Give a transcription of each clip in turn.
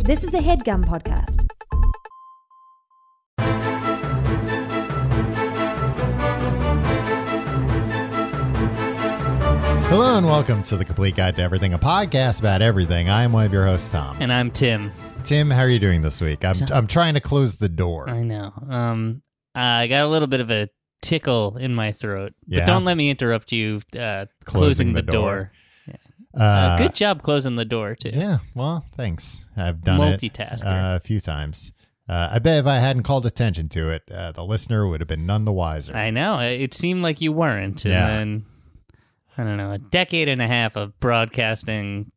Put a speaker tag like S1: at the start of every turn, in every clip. S1: This is a headgum podcast.
S2: Hello and welcome to the Complete Guide to Everything, a podcast about everything. I am one of your hosts, Tom.
S3: And I'm Tim.
S2: Tim, how are you doing this week? I'm, I'm trying to close the door.
S3: I know. Um, I got a little bit of a tickle in my throat,
S2: Yeah?
S3: but don't let me interrupt you. Uh,
S2: Closing
S3: closing,
S2: the
S3: the, door.
S2: door. Uh,
S3: Uh, good job closing the door too.
S2: Yeah, well, thanks. I've done it
S3: Multitasker.
S2: uh, a few times. Uh, I bet if I hadn't called attention to it, uh, the listener would have been none the wiser.
S3: I know. It it seemed like you weren't, and
S2: Yeah.
S3: then I don't know, a decade and a half of broadcasting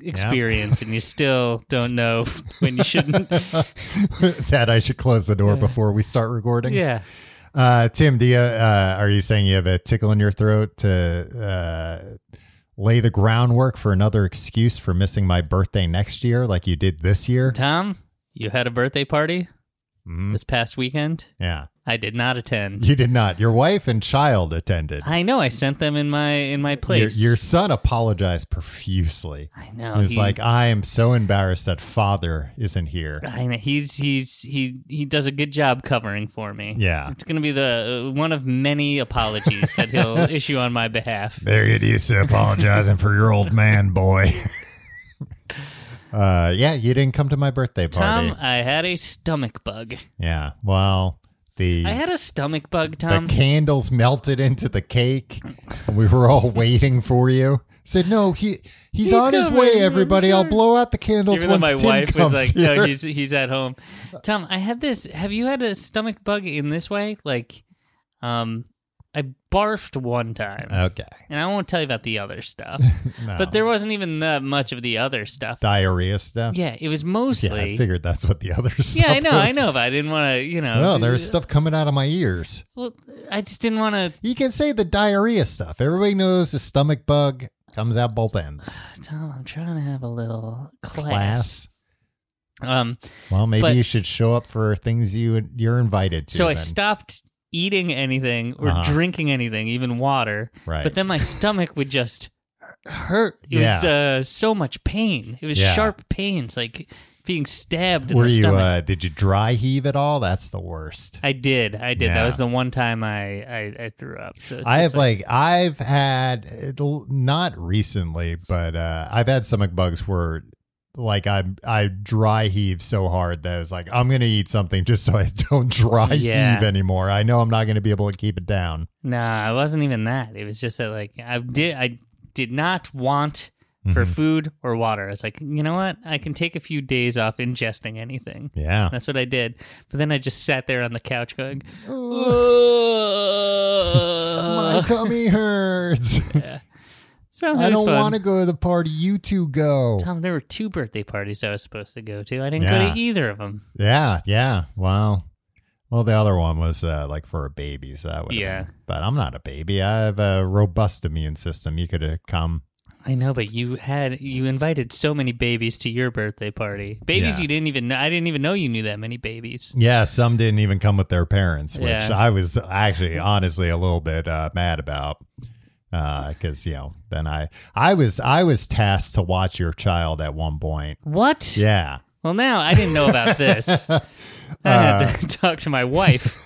S3: experience, and you still don't know when you shouldn't.
S2: that I should close the door before we start recording.
S3: yeah.
S2: Uh, Tim, do you, uh, are you saying you have a tickle in your throat to uh, lay the groundwork for another excuse for missing my birthday next year, like you did this year?
S3: Tom, you had a birthday party
S2: Mm,
S3: this past weekend.
S2: yeah,
S3: I did not attend.
S2: you did not. Your wife and child attended.
S3: I know. I sent them in my in my
S2: Your,
S3: place.
S2: your son apologized profusely.
S3: I
S2: He
S3: know.
S2: was
S3: he-
S2: like, "I am so embarrassed that father isn't here."
S3: I know he's he's he he does a good job covering for me.
S2: Yeah.
S3: it's gonna be the uh, one of many apologies that he'll issue on my behalf.
S2: Better get used to apologizing for your old man, boy. uh, yeah, you didn't come to my birthday party.
S3: Tom, I had a stomach bug.
S2: yeah, well, the
S3: I had um, a stomach bug, Tom.
S2: the candles melted into the cake. We were all waiting for you. Said no, he he's,
S3: He's
S2: on his
S3: coming,
S2: way.
S3: I'm
S2: Everybody, I'll
S3: sure."
S2: blow out the candles
S3: Even though
S2: once
S3: my
S2: Tim
S3: wife was
S2: comes
S3: like,
S2: here.
S3: "No, he's he's at home." Tom, I had this. Have you had a stomach bug in this way? Like, um, I barfed one time,
S2: okay,
S3: and I won't tell you about the other stuff.
S2: Uh. No.
S3: But there wasn't even that much of the other stuff.
S2: diarrhea stuff.
S3: Yeah, it was
S2: Yeah,
S3: mostly.
S2: I figured that's what the other stuff.
S3: Yeah, I know, I
S2: is.
S3: know, but I didn't want to, you know.
S2: No, there's
S3: d-
S2: stuff coming out of my ears.
S3: Well, I just didn't want to.
S2: You can say the diarrhea stuff. Everybody knows the stomach bug comes out both ends.
S3: Tom, I'm trying to have a little class. Um,
S2: Well, maybe
S3: But-
S2: you should show up for things you you're invited to.
S3: so I
S2: then.
S3: stopped eating anything or
S2: Uh-huh.
S3: drinking anything, even water.
S2: Right.
S3: But then my stomach would just hurt. It was uh, so much pain. It was
S2: Yeah.
S3: sharp pain. It's like being stabbed in
S2: Were
S3: the
S2: you?
S3: stomach.
S2: Uh, did you dry heave at all? That's the worst.
S3: I did. I did.
S2: Yeah.
S3: That was the one time I I, I threw up. So it's
S2: I
S3: just
S2: have like, I've had it'll- not recently, but uh, I've had stomach bugs where like I I dry heave so hard that it's like I'm gonna eat something just so I don't dry
S3: Yeah.
S2: heave anymore. I know I'm not gonna be able to keep it down.
S3: Nah, it wasn't even that. It was just that like I did I did not want
S2: Mm-hmm.
S3: for food or water. I was like, you know what? I can take a few days off ingesting anything.
S2: Yeah.
S3: That's what I did. But then I just sat there on the couch going, "Ugh."
S2: My tummy hurts.
S3: so it
S2: I
S3: was
S2: don't
S3: fun.
S2: want to go to the party. You two go.
S3: Tom, there were two birthday parties I was supposed to go to. I didn't go
S2: Yeah.
S3: to either of them.
S2: Yeah, yeah. Wow. Well, the other one was uh, like for a baby, so that would
S3: Yeah.
S2: But I'm not a baby. I have a robust immune system. You could have come.
S3: I know, but you had you invited so many babies to your birthday party. Babies
S2: Yeah.
S3: you didn't even know. I didn't even know you knew that many babies.
S2: Yeah, some didn't even come with their parents, which
S3: Yeah.
S2: I was actually honestly a little bit uh, mad about. Because you know, then I I was I was tasked to watch your child at one point.
S3: What?
S2: Yeah.
S3: Well, now I didn't know about this. I had
S2: Uh,
S3: to talk to my wife.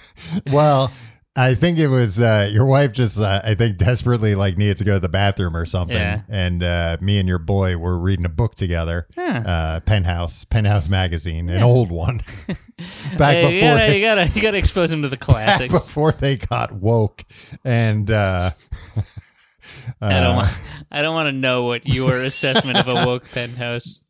S2: Well, I think it was uh, your wife just uh, I think desperately like needed to go to the bathroom or something,
S3: Yeah.
S2: and uh, me and your boy were reading a book together,
S3: Huh.
S2: uh, Penthouse Penthouse magazine, an old one, back
S3: Hey, you,
S2: before
S3: gotta,
S2: they,
S3: you gotta you gotta expose him to the
S2: back
S3: classics.
S2: before they got woke, and uh,
S3: I don't
S2: uh,
S3: want I don't want to know what your assessment of a woke penthouse.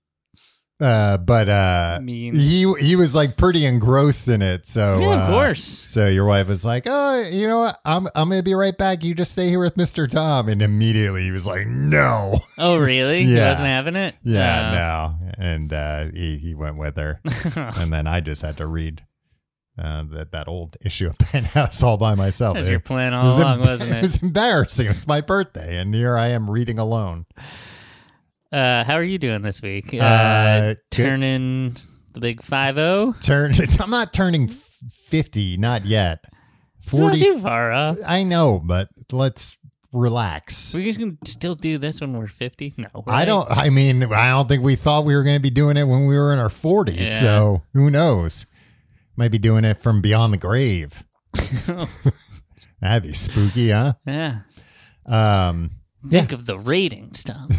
S2: uh, but uh,
S3: Memes.
S2: he he was like pretty engrossed in it, so
S3: yeah,
S2: uh,
S3: of course.
S2: So your wife was like, "Oh, you know what? I'm I'm gonna be right back. You just stay here with Mister Tom." And immediately he was like, "No,
S3: Oh, really? He
S2: yeah.
S3: wasn't having it.
S2: yeah, no." And uh, he he went with her,
S3: no.
S2: and then I just had to read uh, that that old issue of Penthouse all by myself.
S3: That was your
S2: It
S3: plan all
S2: was
S3: along,
S2: emb-
S3: wasn't
S2: It
S3: it?
S2: was embarrassing. It's my birthday, and here I am reading alone.
S3: Uh, how are you doing this week? Uh,
S2: Uh, good.
S3: turning the big five zero.
S2: Turn. I'm not turning fifty, not yet.
S3: Not
S2: Forty.
S3: too far off.
S2: I know, but let's relax.
S3: We just can still do this when we're fifty. No, right?
S2: I don't. I mean, I don't think we thought we were going to be doing it when we were in our forties.
S3: Yeah.
S2: So who knows? Might be doing it from beyond the grave. That'd be spooky, huh?
S3: yeah.
S2: Um,
S3: Think of the ratings, Tom.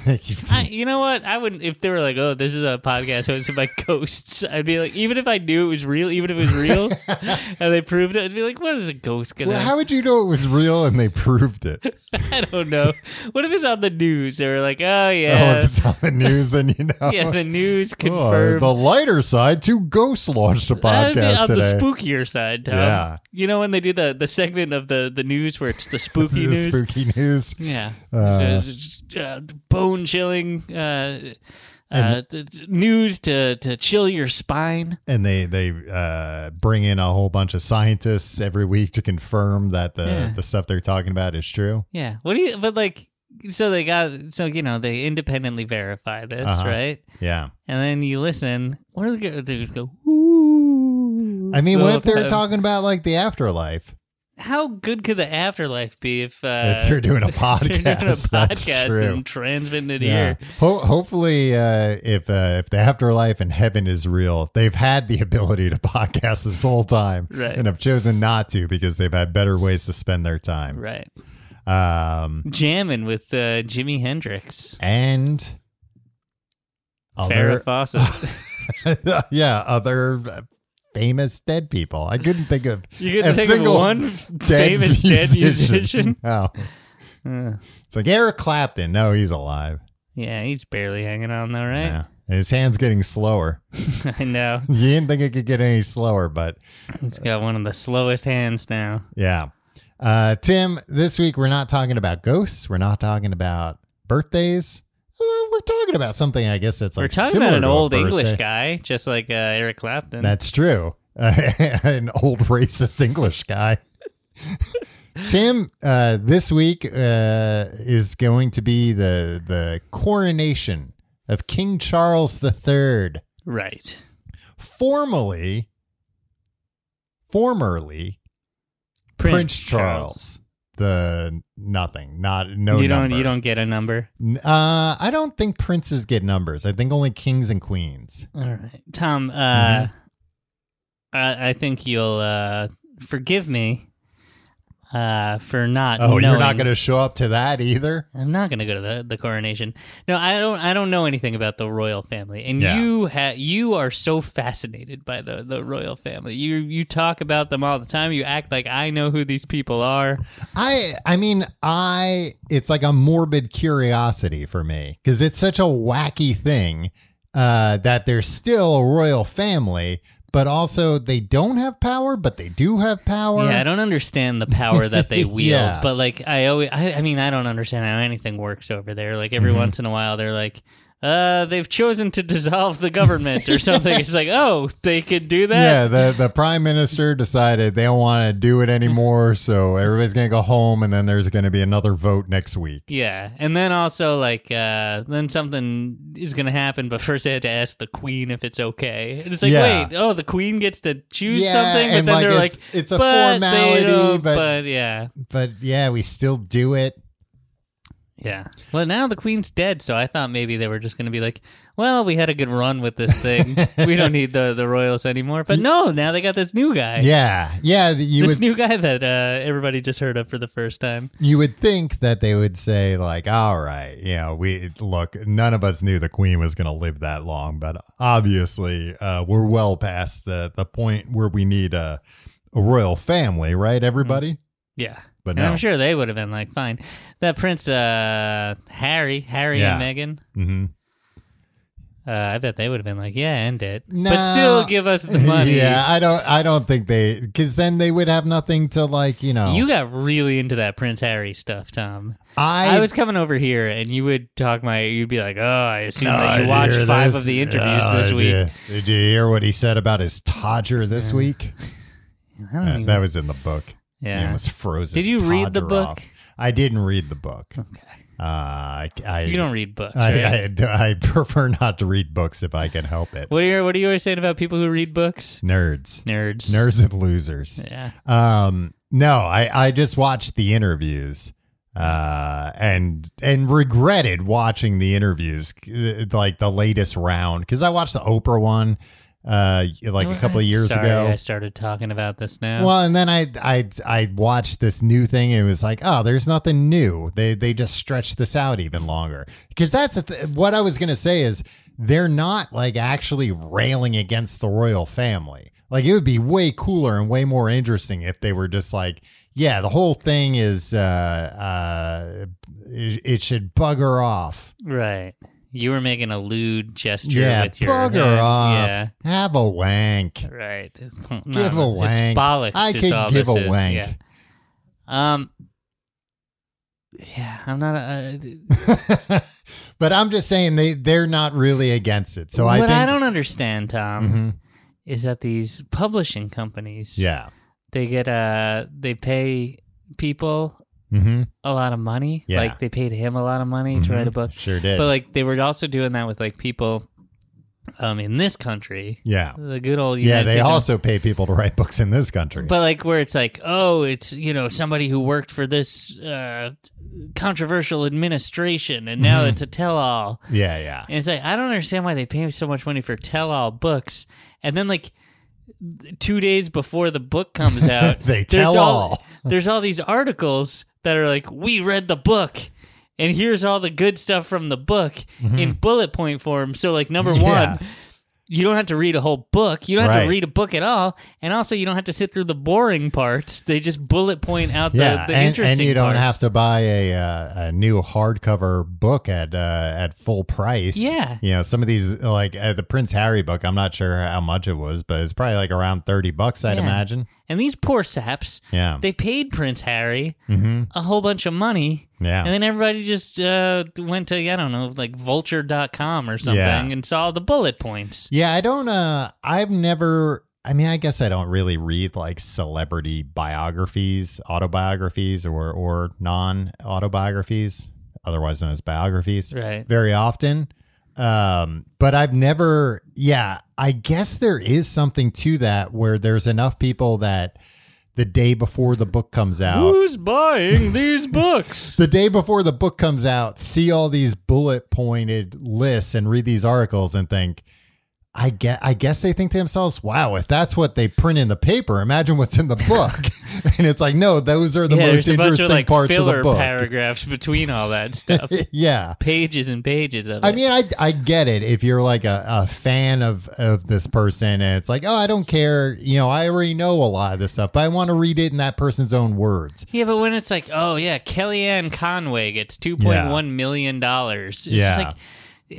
S3: I, you know what? I wouldn't if they were like, "Oh, this is a podcast hosted by ghosts." I'd be like, even if I knew it was real, even if it was real, and they proved it, I'd be like, "What is a ghost gonna?"
S2: well, how would you know it was real and they proved it?
S3: I don't know. What if it's on the news? They were like, "Oh yeah,
S2: Oh, if it's on the news, then you know.
S3: yeah, the news
S2: Oh,
S3: confirmed."
S2: the lighter side, two ghosts launched a
S3: I'd be
S2: podcast
S3: on
S2: today.
S3: the spookier side, Tom.
S2: Yeah.
S3: You know when they do the, the segment of the, the news where it's the spooky
S2: The
S3: news?
S2: spooky news.
S3: Yeah.
S2: Uh,
S3: bone chilling uh, uh, t- t- news to, to chill your spine.
S2: and they they uh, bring in a whole bunch of scientists every week to confirm that the
S3: Yeah.
S2: the stuff they're talking about is true.
S3: Yeah. What do you, but like, so they got, so, you know, they independently verify this,
S2: Uh-huh.
S3: right?
S2: Yeah,
S3: And then you listen. What do they go? They just go, ooh.
S2: I mean,
S3: the
S2: what
S3: whole
S2: if they're
S3: time.
S2: talking about like the afterlife?
S3: How good could the afterlife be if, uh,
S2: if they're doing a
S3: they're
S2: podcast,
S3: doing a
S2: that's
S3: podcast
S2: true.
S3: and transmitting it
S2: Yeah.
S3: here?
S2: Ho- hopefully, uh, if uh, if the afterlife and heaven is real, they've had the ability to podcast this whole time,
S3: Right.
S2: and have chosen not to because they've had better ways to spend their time.
S3: Right.
S2: Um,
S3: Jamming with uh, Jimi Hendrix.
S2: and
S3: Farrah
S2: other
S3: Fawcett.
S2: yeah, other famous dead people. I couldn't think of
S3: You
S2: A
S3: can think of
S2: single
S3: one
S2: dead
S3: famous dead musician.
S2: No.
S3: Uh,
S2: It's like Eric Clapton. No, he's alive.
S3: yeah, he's barely hanging on though, right?
S2: Yeah. And his hand's getting slower.
S3: I know.
S2: You didn't think it could get any slower, but
S3: He's got one of the slowest hands now.
S2: yeah. Uh, Tim, this week we're not talking about ghosts. We're not talking about birthdays. Well, we're talking about something, I guess, that's like
S3: We're talking
S2: similar
S3: about an
S2: to a
S3: old English
S2: birthday.
S3: guy, just like uh, Eric Clapton.
S2: That's true. an old racist English guy. Tim, uh, this week uh, is going to be the the coronation of King Charles III,
S3: right.
S2: formerly, formerly Prince, Charles. The nothing, not no.
S3: you don't.
S2: number.
S3: You don't get a number.
S2: Uh, I don't think princes get numbers. I think only kings and queens.
S3: All right, Tom. Uh,
S2: Mhm.
S3: I, I think you'll uh, forgive me uh, for not.
S2: Oh, you're not
S3: knowing-
S2: going to show up to that either.
S3: I'm not going to go to the, the coronation. No, I don't. I don't know anything about the royal family, and
S2: Yeah.
S3: you ha- you are so fascinated by the, the royal family. You you talk about them all the time. You act like I know who these people are.
S2: I I mean I it's like a morbid curiosity for me because it's such a wacky thing uh, that they're still a royal family, but also they don't have power, but they do have power.
S3: yeah, I don't understand the power that they wield,
S2: Yeah.
S3: but like I always, I, I mean, I don't understand how anything works over there. Like every
S2: Mhm.
S3: once in a while, they're like. Uh, they've chosen to dissolve the government or something. It's like, oh, they could do that.
S2: yeah, the, the prime minister decided they don't want to do it anymore, so everybody's gonna go home, and then there's gonna be another vote next week.
S3: Yeah, and then also like uh then something is gonna happen, but first they had to ask the queen if it's okay. And it's like,
S2: Yeah.
S3: wait, oh, the queen gets to choose
S2: yeah,
S3: something, but
S2: and
S3: then they're
S2: it's,
S3: like,
S2: it's a
S3: but they
S2: formality,
S3: don't-
S2: but, but
S3: but yeah,
S2: yeah, we still do it.
S3: yeah. Well, now the queen's dead, so I thought maybe they were just gonna be like, well, we had a good run with this thing, we don't need the the royals anymore. But no, now they got this new guy,
S2: Yeah, yeah, you
S3: this
S2: would
S3: new guy that uh everybody just heard of for the first time.
S2: you would think that they would say like all right you know we look none of us knew the queen was going to live that long but obviously uh, we're well past the the point where we need a, a royal family right everybody
S3: Yeah.
S2: but
S3: And
S2: no
S3: I'm sure they would have been like, fine. That Prince uh, Harry, Harry
S2: Yeah.
S3: and Meghan,
S2: hmm
S3: uh, I bet they would have been like, yeah, end it.
S2: No.
S3: But still give us the money.
S2: yeah i don't i don't think they because then they would have nothing to like you know
S3: You got really into that Prince Harry stuff, Tom.
S2: i,
S3: I, was coming over here and you would talk my, you'd be like, oh, I assume that
S2: Did
S3: you watched
S2: Ah, hear
S3: five
S2: this?
S3: of the interviews
S2: Oh,
S3: this
S2: did
S3: week.
S2: you- did you hear what he said about his todger this week
S3: I don't
S2: Uh,
S3: even,
S2: that was in the book He
S3: yeah.
S2: almost froze
S3: Did
S2: his
S3: you read the
S2: todger
S3: book?
S2: off. I didn't read the book.
S3: Okay.
S2: Uh, I, I,
S3: You don't read books.
S2: I,
S3: right?
S2: I, I prefer not to read books if I can help it.
S3: what, are you, what are you always saying about people who read books?
S2: Nerds,
S3: Nerds.
S2: nerds and losers.
S3: Yeah.
S2: Um, no, I, I just watched the interviews. uh, and and regretted watching the interviews, like the latest round, because I watched the Oprah one uh like a couple of years
S3: Sorry,
S2: ago
S3: I started talking about this now.
S2: well, and then I I I watched this new thing and it was like, oh, there's nothing new. They they just stretched this out even longer because that's the th- what I was gonna say is they're not like actually railing against the royal family. Like it would be way cooler and way more interesting if they were just like, yeah, the whole thing is uh uh it, it should bugger off.
S3: right. You were making a lewd gesture
S2: Yeah,
S3: with your
S2: bugger
S3: hand.
S2: off.
S3: Yeah.
S2: Have a wank.
S3: Right.
S2: Give a wank.
S3: It's bollocks.
S2: I
S3: is
S2: could
S3: all
S2: give
S3: this
S2: a
S3: is.
S2: wank.
S3: Yeah. Um. Yeah, I'm not. A, uh,
S2: but I'm just saying they they're not really against it. So
S3: what
S2: I think
S3: I don't understand, Tom,
S2: Mhm.
S3: is that these publishing companies,
S2: Yeah.
S3: they get uh, they pay people
S2: Mm-hmm.
S3: a lot of money.
S2: Yeah.
S3: Like they paid him a lot of money to write a book,
S2: Mm-hmm. Sure did.
S3: but like they were also doing that with like people, um, in this country,
S2: yeah.
S3: the good old
S2: Yeah.
S3: United
S2: They
S3: States of
S2: also pay people to write books in this country.
S3: But like where it's like, oh, it's you know somebody who worked for this uh, controversial administration, and now
S2: Mhm.
S3: it's a tell-all.
S2: yeah. Yeah.
S3: And it's like I don't understand why they pay so much money for tell-all books, and then like two days before the book comes out,
S2: They
S3: there's
S2: tell
S3: all,
S2: all.
S3: there's all these articles that are like, we read the book. And here's all the good stuff from the book in bullet point form. So, like, number
S2: Mm-hmm. Yeah.
S3: one, you don't have to read a whole book. You don't have
S2: Right.
S3: to read a book at all, and also you don't have to sit through the boring parts. They just bullet point out the,
S2: yeah,
S3: the
S2: and,
S3: interesting.
S2: and you don't
S3: parts.
S2: have to buy a uh, a new hardcover book at uh, at full price.
S3: Yeah.
S2: you know some of these like uh, the Prince Harry book. I'm not sure how much it was, but it's probably like around thirty bucks, I'd
S3: Yeah.
S2: imagine.
S3: And these poor saps,
S2: Yeah,
S3: they paid Prince Harry
S2: hmm
S3: a whole bunch of money,
S2: yeah,
S3: and then everybody just uh, went to I don't know, like Vulture.com or something,
S2: Yeah.
S3: and saw the bullet points.
S2: Yeah, I don't uh I've never I mean, I guess I don't really read like celebrity biographies, autobiographies or or non-autobiographies, otherwise known as biographies
S3: Right.
S2: very often. Um, but I've never yeah, I guess there is something to that where there's enough people that the day before the book comes out
S3: Who's buying these books?
S2: the day before the book comes out, see all these bullet pointed lists and read these articles and think, I get. I guess they think to themselves, "Wow, if that's what they print in the paper, imagine what's in the book." and it's like, no, those are the
S3: yeah,
S2: most
S3: there's a bunch
S2: interesting
S3: of like
S2: parts of the
S3: filler
S2: book.
S3: paragraphs between all that stuff.
S2: yeah,
S3: pages and pages of it.
S2: I mean, I I get it if you're like a, a fan of of this person and it's like, oh, I don't care. You know, I already know a lot of this stuff, but I want to read it in that person's own words.
S3: Yeah, but when it's like, oh yeah, Kellyanne Conway gets two point one million dollars. It's just
S2: Yeah.
S3: like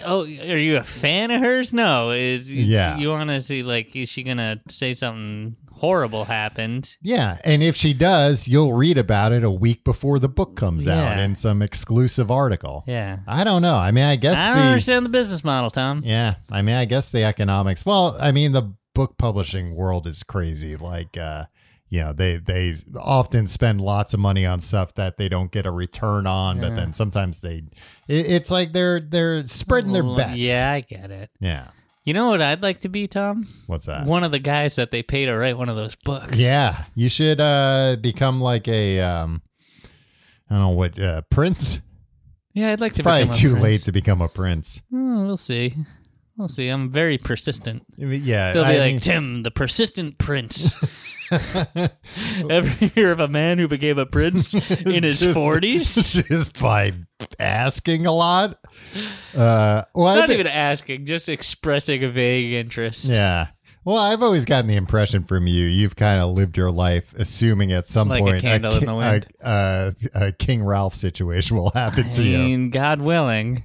S3: Oh, are you a fan of hers? No. Is
S2: Yeah.
S3: you want to see like is she gonna say something horrible happened?
S2: Yeah, and if she does, you'll read about it a week before the book comes out
S3: Yeah.
S2: in some exclusive article.
S3: Yeah,
S2: I don't know. I mean, I guess
S3: I don't
S2: the
S3: understand the business model, Tom.
S2: yeah. I mean, I guess the economics. Well, I mean, the book publishing world is crazy. Like, uh, you know, they they often spend lots of money on stuff that they don't get a return on, but
S3: Yeah.
S2: then sometimes they, it, it's like they're they're spreading their
S3: Well,
S2: bets.
S3: Yeah, I get it.
S2: yeah.
S3: You know what I'd like to be, Tom?
S2: What's that?
S3: One of the guys that they pay to write one of those books.
S2: Uh. Yeah, you should uh become like a um, I don't know what uh, prince.
S3: yeah, I'd like to.
S2: It's probably
S3: become a
S2: too
S3: prince.
S2: late to become a prince.
S3: Hmm, we'll see. We'll see. I'm very persistent.
S2: I mean, Yeah,
S3: They'll be
S2: I
S3: like,
S2: mean-
S3: Tim, the persistent prince. Ever hear of a man who became a prince in his
S2: Just-
S3: 40s?
S2: just by asking a lot. Uh, well, I
S3: Not
S2: think-
S3: even asking, just expressing a vague interest.
S2: yeah. Well, I've always gotten the impression from you, you've kind of lived your life assuming at some
S3: Like a
S2: point
S3: candle in
S2: ki-
S3: the wind.
S2: a- a- a King Ralph situation will happen
S3: I
S2: to you.
S3: mean, God willing.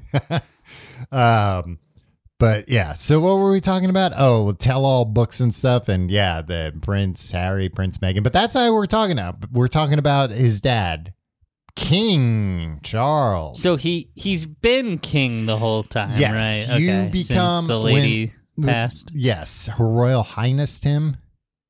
S2: Um, but yeah, so what were we talking about? Oh, tell all books and stuff, and yeah, the Prince Harry, Prince Meghan. But that's not what we're talking about. We're talking about his dad, King Charles.
S3: So he he's been king the whole time,
S2: Yes,
S3: right?
S2: you
S3: okay.
S2: become
S3: since the
S2: when-
S3: lady
S2: when-
S3: passed,
S2: yes, Her Royal Highness Tim.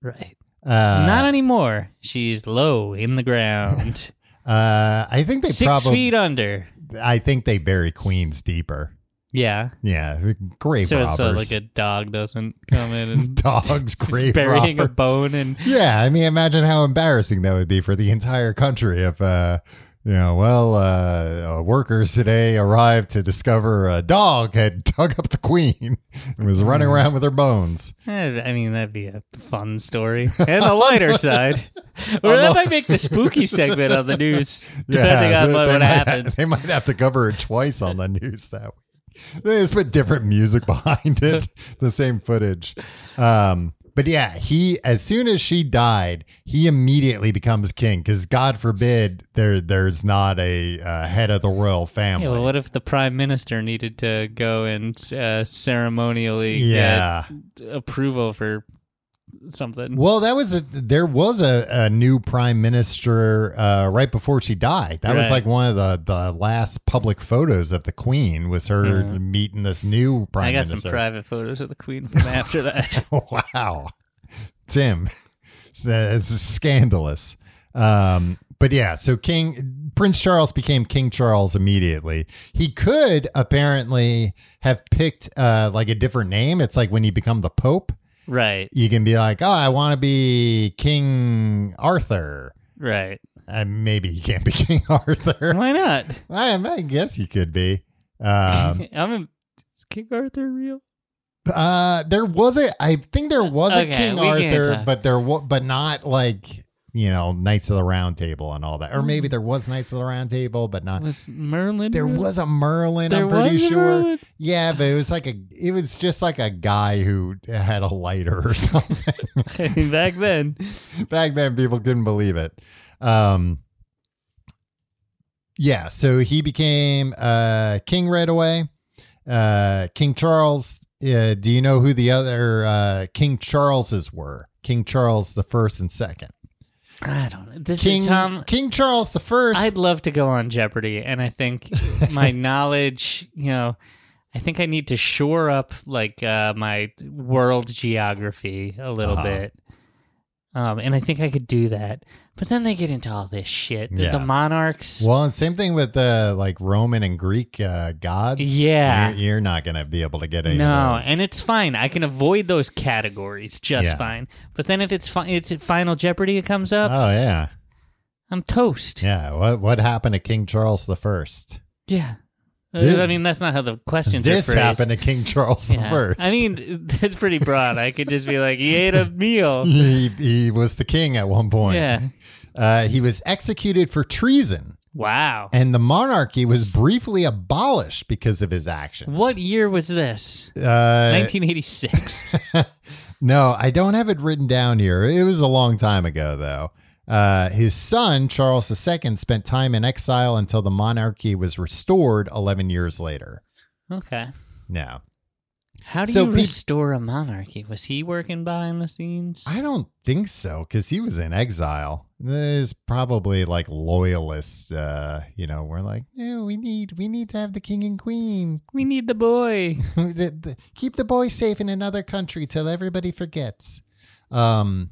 S3: right?
S2: Uh,
S3: Not anymore. She's low in the ground,
S2: uh, I think they
S3: six
S2: probably.
S3: feet under.
S2: I think they bury queens deeper.
S3: Yeah,
S2: Yeah, grave
S3: so
S2: robbers,
S3: it's so like a dog doesn't come in and
S2: dogs, grave
S3: burying
S2: robbers.
S3: a bone and
S2: Yeah, I mean, imagine how embarrassing that would be for the entire country if uh, you know, well, uh, uh, workers today arrived to discover a dog had dug up the queen and was running around with her bones.
S3: Eh, I mean, that'd be a fun story. And the lighter side. Or that might make the spooky segment on the news, depending
S2: Yeah,
S3: on
S2: they-
S3: what,
S2: they
S3: what
S2: might have-
S3: happens.
S2: they might have to cover it twice on the news that week. They just put different music behind it, the same footage. Um, but yeah, he as soon as she died, he immediately becomes king because God forbid there there's not a uh, head of the royal family.
S3: Yeah, well, what if the prime minister needed to go and uh, ceremonially
S2: yeah.
S3: get approval for something?
S2: Well, that was a there was a, a new prime minister uh, right before she died. That was
S3: Right.
S2: like one of the, the last public photos of the queen was her
S3: Yeah.
S2: meeting this new prime
S3: Hmm. I got
S2: minister.
S3: some private photos of the queen from after that.
S2: wow, Tim, it's scandalous. Um, but yeah, so King Prince Charles became King Charles immediately. He could apparently have picked uh, like a different name. It's like when you become the Pope,
S3: right,
S2: you can be like, oh, I want to be King Arthur.
S3: right.
S2: Uh, maybe he can't be King Arthur.
S3: Why not?
S2: I, I guess he could be. Um,
S3: I'm a, is King Arthur real?
S2: Uh, there was a. I think there was
S3: Okay,
S2: a King
S3: we can't
S2: Arthur,
S3: talk.
S2: but there was, but not like you know Knights of the Round Table and all that. Or
S3: Mm.
S2: maybe there was Knights of the Round Table, but not.
S3: Was Merlin?
S2: There
S3: real?
S2: was a Merlin.
S3: Mm. There
S2: I'm pretty
S3: was a
S2: sure.
S3: Merlin?
S2: Yeah, but it was like a. It was just like a guy who had a lighter or something.
S3: I mean, back then.
S2: Back then, people couldn't believe it. Um. Yeah, so he became uh king right away. uh, King Charles. Uh, do you know who the other uh, King Charleses were? King Charles the first and second.
S3: I don't know. This
S2: King
S3: is um, Tom.
S2: King Charles the first.
S3: I'd love to go on Jeopardy, and I think my knowledge, you know, I think I need to shore up like uh, my world geography a little
S2: Uh-huh.
S3: bit. Um, and I think I could do that, but then they get into all this shit. The-
S2: Yeah.
S3: The monarchs,
S2: well, and same thing with the like Roman and Greek uh, gods.
S3: Yeah.
S2: you're, you're not gonna be able to get any.
S3: no,
S2: of those.
S3: and it's fine. I can avoid those categories just
S2: Yeah.
S3: fine. But then if it's fi- it's at Final Jeopardy, it comes up.
S2: oh yeah,
S3: I'm toast.
S2: yeah. What what happened to King Charles the first?
S3: Yeah. Uh,
S2: This-
S3: I mean, that's not how the questions
S2: This
S3: are phrased.
S2: happened to King Charles the
S3: Yeah.
S2: first.
S3: I mean, that's pretty broad. I could just be like, he ate a meal.
S2: he he was the king at one point.
S3: Yeah.
S2: uh, he was executed for treason.
S3: Wow.
S2: and the monarchy was briefly abolished because of his actions.
S3: What year was this?
S2: Uh,
S3: 1986.
S2: no, I don't have it written down here. It was a long time ago, though. Uh, his son, Charles II, spent time in exile until the monarchy was restored 11 years later.
S3: okay.
S2: No,
S3: How do
S2: So
S3: you
S2: pe-
S3: restore a monarchy? Was he working behind the scenes?
S2: I don't think so because he was in exile. There's probably like loyalists, uh, you know, we're like, no, we need, we need to have the king and queen.
S3: we need the boy.
S2: the, the, keep the boy safe in another country till everybody forgets. Um,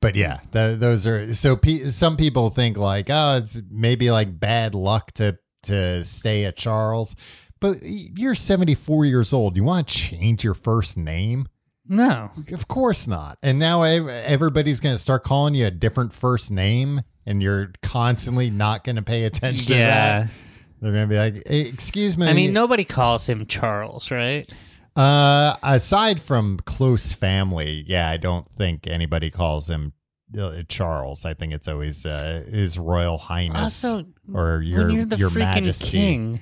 S2: but yeah, th- those are so. Pe- some people think like, oh, it's maybe like bad luck to to stay at Charles, but y- you're 74 years old. You want to change your first name?
S3: No.
S2: Of course not. And now ev- everybody's going to start calling you a different first name, and you're constantly not going to pay attention to
S3: Yeah.
S2: that. They're going to be like, "Eh, excuse me.
S3: I mean, nobody calls him Charles, right?
S2: Uh, aside from close family, yeah, I don't think anybody calls him uh, Charles. I think it's always uh, His Royal Highness
S3: Also,
S2: or your
S3: when you're the
S2: your
S3: freaking
S2: Majesty.
S3: king,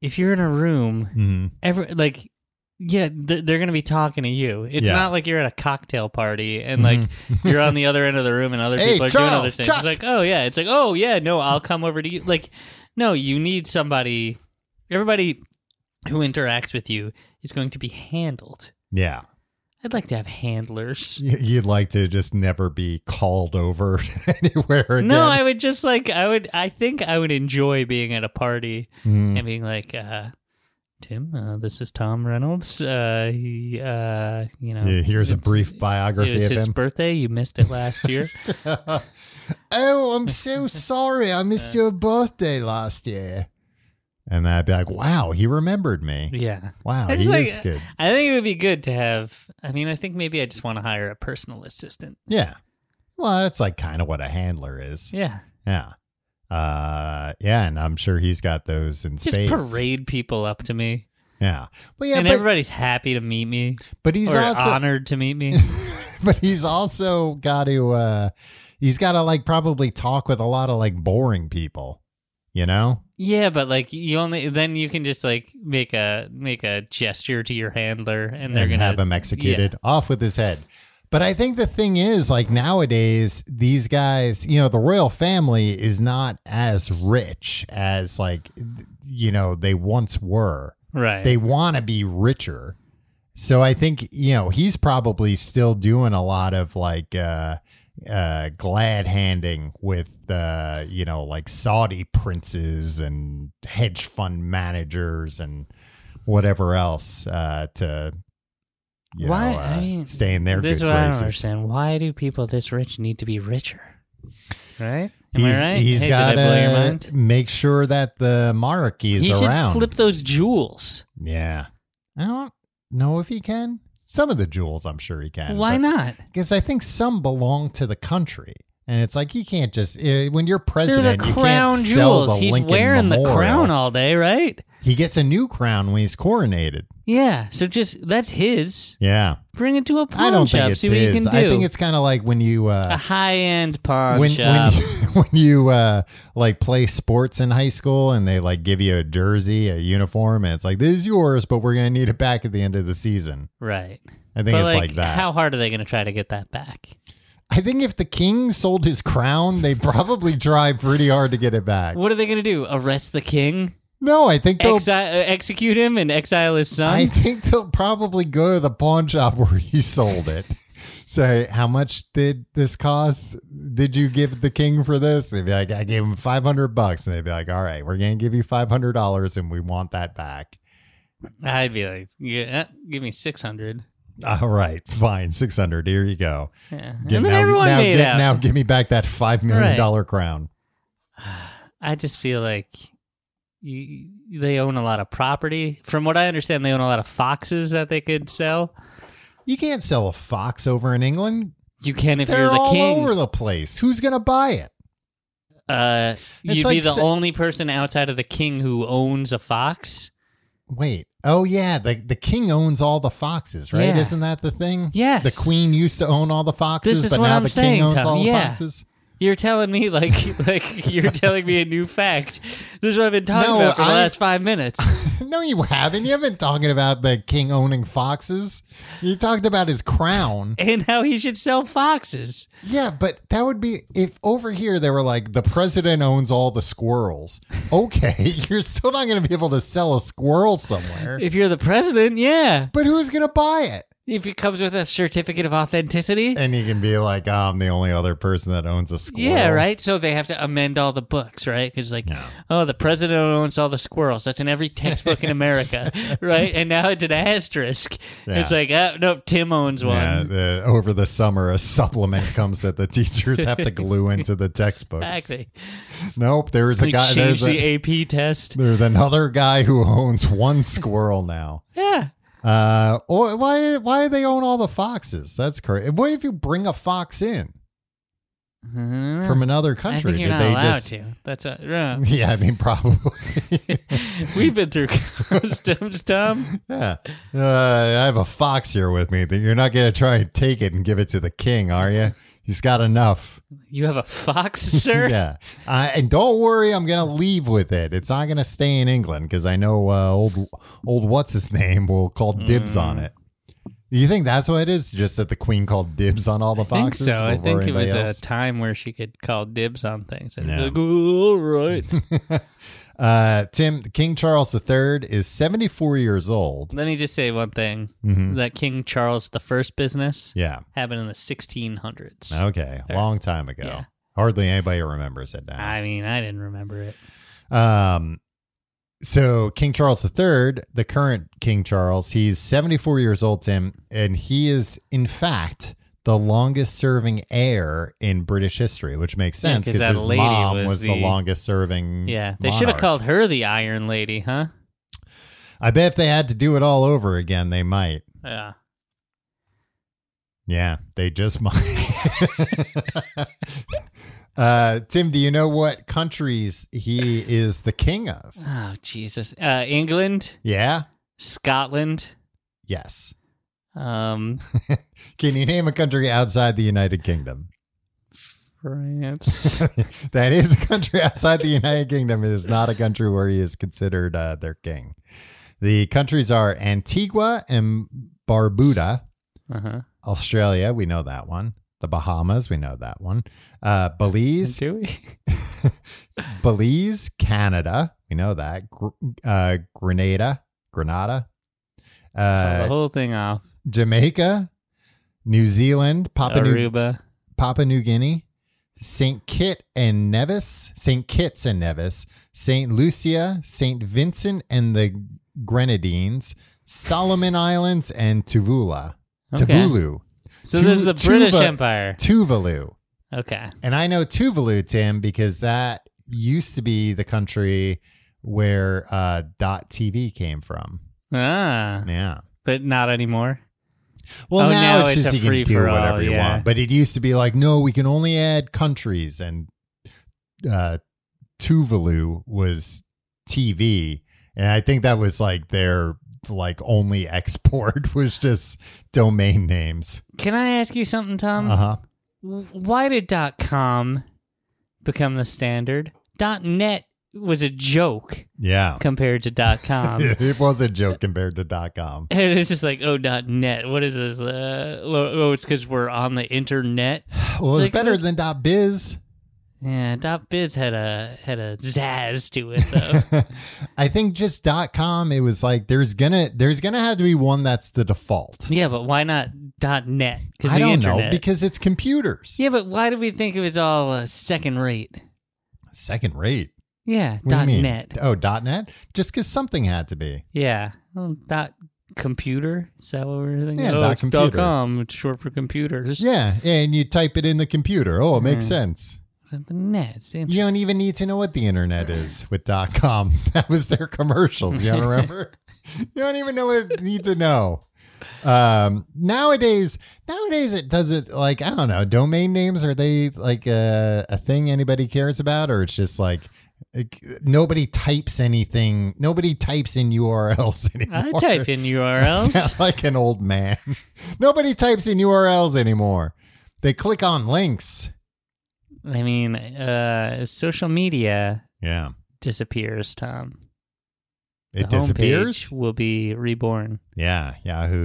S3: if you're in a room
S2: Mhm.
S3: every like yeah th- they're gonna be talking to you it's
S2: Yeah. Mm-hmm.
S3: not like you're at a cocktail party and like you're on the other end of the room and other
S2: Hey,
S3: people are doing other
S2: Charles,
S3: things
S2: Chuck.
S3: it's like oh yeah it's like oh yeah no i'll come over to you like no you need somebody everybody who interacts with you is going to be handled
S2: Yeah,
S3: i'd like to have handlers
S2: You- you'd like to just never be called over anywhere again.
S3: no i would just like i would i think i would enjoy being at a party
S2: Mm.
S3: and being like uh Tim, uh, this is Tom Reynolds. Uh, he, uh, you know,
S2: Yeah, here's a
S3: it's-
S2: brief
S3: It was
S2: biography of
S3: his
S2: him.
S3: birthday. You missed it last year.
S2: oh, I'm so sorry. I missed your birthday last year. And I'd be like, wow, he remembered me.
S3: yeah.
S2: Wow,
S3: I
S2: he
S3: just like-
S2: is good.
S3: I think it would be good to have. I mean, I think maybe I just want to hire a personal assistant.
S2: Yeah. Well, that's like kind of what a handler is.
S3: Yeah.
S2: Yeah. Uh, yeah, and I'm sure he's got those in
S3: Just
S2: spades.
S3: parade people up to me,
S2: Yeah. Well, yeah,
S3: and
S2: but,
S3: everybody's happy to meet me
S2: but he's
S3: or
S2: also
S3: honored to meet me.
S2: but he's also got to uh he's got to like probably talk with a lot of like boring people, you know?
S3: yeah, but like you only then you can just like make a make a gesture to your handler, and they're gonna
S2: have him executed off with his head. But I think the thing is, like nowadays, these guys, you know, the royal family is not as rich as like, you know, they once were.
S3: right.
S2: They want to be richer. So I think, you know, he's probably still doing a lot of like, uh, uh glad handing with uh you know like saudi princes and hedge fund managers and whatever else uh to you
S3: Why-
S2: know, uh,
S3: I mean,
S2: stay in their
S3: this is
S2: good
S3: what I don't
S2: graces
S3: understand. Why do people this rich need to be richer? Right? Am
S2: he's,
S3: I right?
S2: he's
S3: Hey, did
S2: got
S3: I blow your
S2: to
S3: mind?
S2: make sure that the monarchy is
S3: He should
S2: around
S3: flip those jewels.
S2: yeah i don't know if he can some of the jewels i'm sure he can
S3: Why
S2: but-
S3: not?
S2: because I think some belong to the country, and it's like you can't just eh, when you're
S3: They're
S2: president,
S3: the crown
S2: you can't sell
S3: jewels.
S2: the
S3: He's
S2: Lincoln
S3: wearing the
S2: Memorial.
S3: crown all day, right?
S2: He gets a new crown when he's coronated.
S3: Yeah. So just that's his.
S2: Yeah,
S3: Bring it to a pawn
S2: I don't
S3: shop.
S2: think it's
S3: See what
S2: his.
S3: you can do.
S2: I think it's kind of like when you
S3: a
S2: uh,
S3: high end pawn
S2: when when
S3: shop.
S2: you, when you uh, like play sports in high school, and they like give you a jersey, a uniform, and it's like this is yours, but we're gonna need it back at the end of the season.
S3: right.
S2: I think
S3: But
S2: it's
S3: like,
S2: like, that.
S3: how hard are they going to try to get that back?
S2: I think if the king sold his crown, they probably try pretty hard to get it back.
S3: What are they going to do? Arrest the king?
S2: No, I think they'll
S3: Exi- uh, execute him and exile his son?
S2: I think they'll probably go to the pawn shop where he sold it. Say, how much did this cost? Did you give the king for this? They'd be like, I gave him 500 bucks. And they'd be like, all right, we're going to give you $500 and we want that back.
S3: I'd be like, yeah, give me six hundred.
S2: All right, fine. 600. Here you go.
S3: Yeah,
S2: Get-
S3: and then
S2: now,
S3: everyone
S2: now,
S3: made
S2: get-
S3: out.
S2: now give me back that $5 million dollar crown.
S3: I just feel like you, they own a lot of property. From what I understand, they own a lot of foxes that they could sell.
S2: You can't sell a fox over in England.
S3: You can if
S2: They're
S3: you're the
S2: all
S3: king.
S2: over the place. Who's going to buy it?
S3: uh,
S2: It's
S3: you'd be
S2: like
S3: the
S2: sa-
S3: only person outside of the king who owns a fox.
S2: Wait. Oh yeah, the the king owns all the foxes, right?
S3: Yeah.
S2: Isn't that the thing?
S3: Yes.
S2: The queen used to own all the foxes,
S3: This is
S2: but
S3: what
S2: now
S3: I'm
S2: the
S3: saying,
S2: king owns
S3: Tom.
S2: all the
S3: Yeah.
S2: foxes.
S3: You're telling me like like you're telling me a new fact. This is what I've been talking
S2: No,
S3: about for the
S2: I-
S3: last five minutes.
S2: no, you haven't. You haven't talking about the king owning foxes. You talked about his crown.
S3: and how he should sell foxes.
S2: Yeah, but that would be if over here they were like the president owns all the squirrels. Okay, you're still not going to be able to sell a squirrel somewhere.
S3: If you're the president, yeah.
S2: But who's going to buy it?
S3: If it comes with a certificate of authenticity.
S2: And you can be like, oh, I'm the only other person that owns a squirrel.
S3: Yeah, right. So they have to amend all the books, right? Because like,
S2: Yeah.
S3: oh, the president owns all the squirrels. That's in every textbook in America, right? And now it's an asterisk.
S2: Yeah.
S3: It's like, oh, no, Tim owns one.
S2: Yeah, the, over the summer, a supplement comes that the teachers have to glue into the textbooks.
S3: Exactly.
S2: Nope, there's a
S3: We
S2: guy.
S3: change
S2: There's, a-
S3: the AP test.
S2: there's another guy who owns one squirrel now.
S3: Yeah.
S2: Uh, or why? Why do they own all the foxes? That's crazy. What if you bring a fox in from another
S3: Uh-huh. I
S2: country?
S3: think you're
S2: Did
S3: not
S2: they
S3: allowed
S2: just-
S3: to. That's a, yeah.
S2: Yeah, I mean probably.
S3: We've been through customs, Tom.
S2: yeah, uh, I have a fox here with me. That you're not gonna try and take it and give it to the king, are you? He's got enough.
S3: You have a fox, sir.
S2: Yeah. I, and don't worry, I'm going to leave with it. It's not going to stay in England because I know uh, old old what's his name will call dibs on
S3: Mm.
S2: it. You think that's what it is? Just that the queen called dibs on all the
S3: I think
S2: foxes?
S3: so. I
S2: before
S3: think it was
S2: anybody
S3: a
S2: else?
S3: time where she could call dibs on things and
S2: Yeah.
S3: be like, all right.
S2: uh, Tim King Charles III is 74 years old.
S3: Let me just say one thing.
S2: Mhm.
S3: That King Charles the First business
S2: Yeah.
S3: happened in the 1600s.
S2: Okay.
S3: There.
S2: Long time ago.
S3: Yeah.
S2: Hardly anybody remembers it now.
S3: I mean, I didn't remember it.
S2: Um, so King Charles III, the current King Charles, he's 74 years old, Tim, and he is in fact the longest serving heir in British history, which makes
S3: Yeah,
S2: sense
S3: 'cause
S2: because
S3: that
S2: his
S3: lady
S2: mom
S3: was
S2: was, the,
S3: the-
S2: longest serving.
S3: Yeah, they should have
S2: Hmm. monarch.
S3: called her the Iron Lady, huh?
S2: I bet if they had to do it all over again, they might.
S3: Yeah.
S2: Yeah, they just might. uh, Tim, do you know what countries he is the king of?
S3: Oh Jesus! Uh, England,
S2: Yeah.
S3: Scotland.
S2: Yes.
S3: Um,
S2: Can you name a country outside the United Kingdom?
S3: France.
S2: that is a country outside the United Kingdom. It is not a country where he is considered uh, their king. The countries are Antigua and Barbuda,
S3: Uh-huh.
S2: Australia. We know that one. The Bahamas. We know that one. Uh, Belize,
S3: Do we?
S2: Belize, Canada. We know that. Gr- uh, Grenada, Grenada,
S3: Call the
S2: uh,
S3: whole thing off.
S2: Jamaica, New Zealand, Papua New,
S3: Aruba.
S2: Papua New Guinea, St. Kitts and Nevis, St. Kitts and Nevis, St. Lucia, St. Vincent and the Grenadines, Solomon Islands, and Tuvula.
S3: Okay.
S2: Tuvulu.
S3: So this is
S2: Tu-
S3: the British
S2: Tuva-
S3: Empire.
S2: Tuvalu.
S3: Okay.
S2: And I know Tuvalu, Tim, because that used to be the country where uh, dot TV came from.
S3: Ah,
S2: Yeah.
S3: but not anymore.
S2: Well,
S3: Oh,
S2: now,
S3: now
S2: it's, just
S3: it's a
S2: you can do
S3: free-for-all,
S2: whatever you
S3: yeah.
S2: want. But it used to be like, no, we can only add countries, and uh, Tuvalu was TV, and I think that was like their like only export was just domain names.
S3: Can I ask you something, Tom?
S2: Uh huh.
S3: W- Why did .com become the standard? .net was a joke
S2: Yeah,
S3: compared to .com.
S2: it was a joke compared to dot com.
S3: And it's just like, oh, .net. What is this? Uh, oh, it's because we're on the internet.
S2: Well, it was
S3: Like,
S2: better
S3: what-
S2: than dot biz.
S3: Yeah, dot .biz had a had a zazz to it though.
S2: I think just dot com. It was like there's gonna there's gonna have to be one that's the default.
S3: yeah, but why not dot .net? Because
S2: I
S3: the
S2: don't
S3: internet.
S2: know because it's computers.
S3: yeah, but why did we think it was all uh, second rate?
S2: Second rate.
S3: Yeah,
S2: What do you
S3: dot
S2: mean?
S3: .net.
S2: Oh, dot net. Just because something had to be.
S3: Yeah, well, dot .computer. Is that what we were thinking?
S2: Yeah,
S3: oh,
S2: dot
S3: it's
S2: computer.
S3: .com. It's short for computers.
S2: Yeah, and you type it in the computer. Oh, it makes
S3: Hmm.
S2: sense.
S3: The net. It's interesting.
S2: You don't even need to know what the internet is with dot com. That was their commercials. You don't remember? you don't even know what you need to know. Um, nowadays, nowadays it does it like I don't know. Domain names are they like a, a thing anybody cares about, or it's just like. like, Nobody types anything. Nobody types in URLs
S3: I
S2: anymore.
S3: type in
S2: Sound
S3: URLs.
S2: like an old man. Nobody types in URLs anymore. They click on links.
S3: I mean, uh, social media
S2: Yeah.
S3: disappears, Tom.
S2: It
S3: The homepage
S2: disappears.
S3: will be reborn.
S2: Yeah.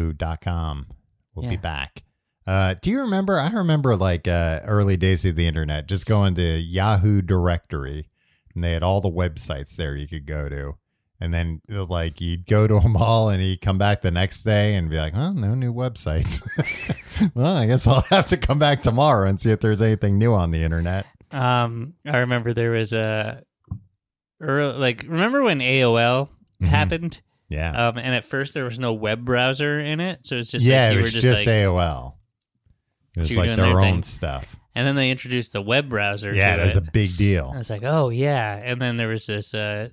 S2: Yahoo.com will be
S3: Yeah.
S2: back. Uh, do you remember? I remember like uh, early days of the internet, just going to Yahoo directory, and they had all the websites there you could go to. And then, like, you'd go to them all, and you'd come back the next day and be like, "Oh, no new websites." well, I guess I'll have to come back tomorrow and see if there's anything new on the internet.
S3: Um, I remember there was a, ear- like, remember when AOL
S2: Mhm.
S3: happened?
S2: Yeah.
S3: Um, and at first there was no web browser in it, so it's just
S2: yeah,
S3: like
S2: it
S3: you
S2: was
S3: were
S2: just,
S3: just, like,
S2: AOL. It was
S3: two
S2: like
S3: doing
S2: their,
S3: their
S2: own
S3: thing.
S2: stuff.
S3: and then they introduced the web browser.
S2: Yeah,
S3: to
S2: it was a
S3: it.
S2: big
S3: I
S2: deal.
S3: was like, oh yeah, and then there was this uh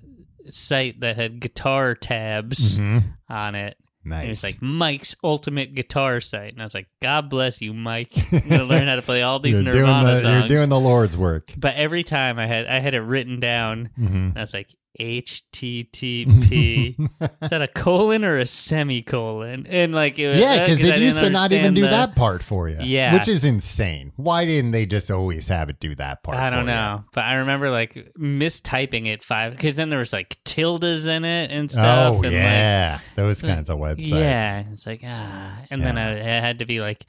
S3: site that had guitar tabs
S2: Mhm.
S3: on it. And
S2: Nice.
S3: it's like Mike's ultimate guitar site, and I was like, God bless you, Mike. I'm gonna learn how to play all these
S2: you're, doing
S3: Nirvana
S2: the,
S3: songs.
S2: you're doing the Lord's work.
S3: But every time I had I had it written down,
S2: Mhm.
S3: and I was like HTTP. Is that a colon or a semicolon? And like it was,
S2: yeah, because
S3: uh, I
S2: it
S3: didn't
S2: used to not even
S3: understand
S2: do
S3: the-
S2: that part for you.
S3: Yeah.
S2: Which is insane. Why didn't they just always have it do that part
S3: I
S2: for
S3: don't
S2: ya?
S3: know, but I remember like mistyping it five because then there was like tildes in it and stuff.
S2: Oh,
S3: and
S2: yeah. Those
S3: like, uh,
S2: kinds of websites.
S3: yeah, it's like ah, and then
S2: Yeah.
S3: I, it had to be like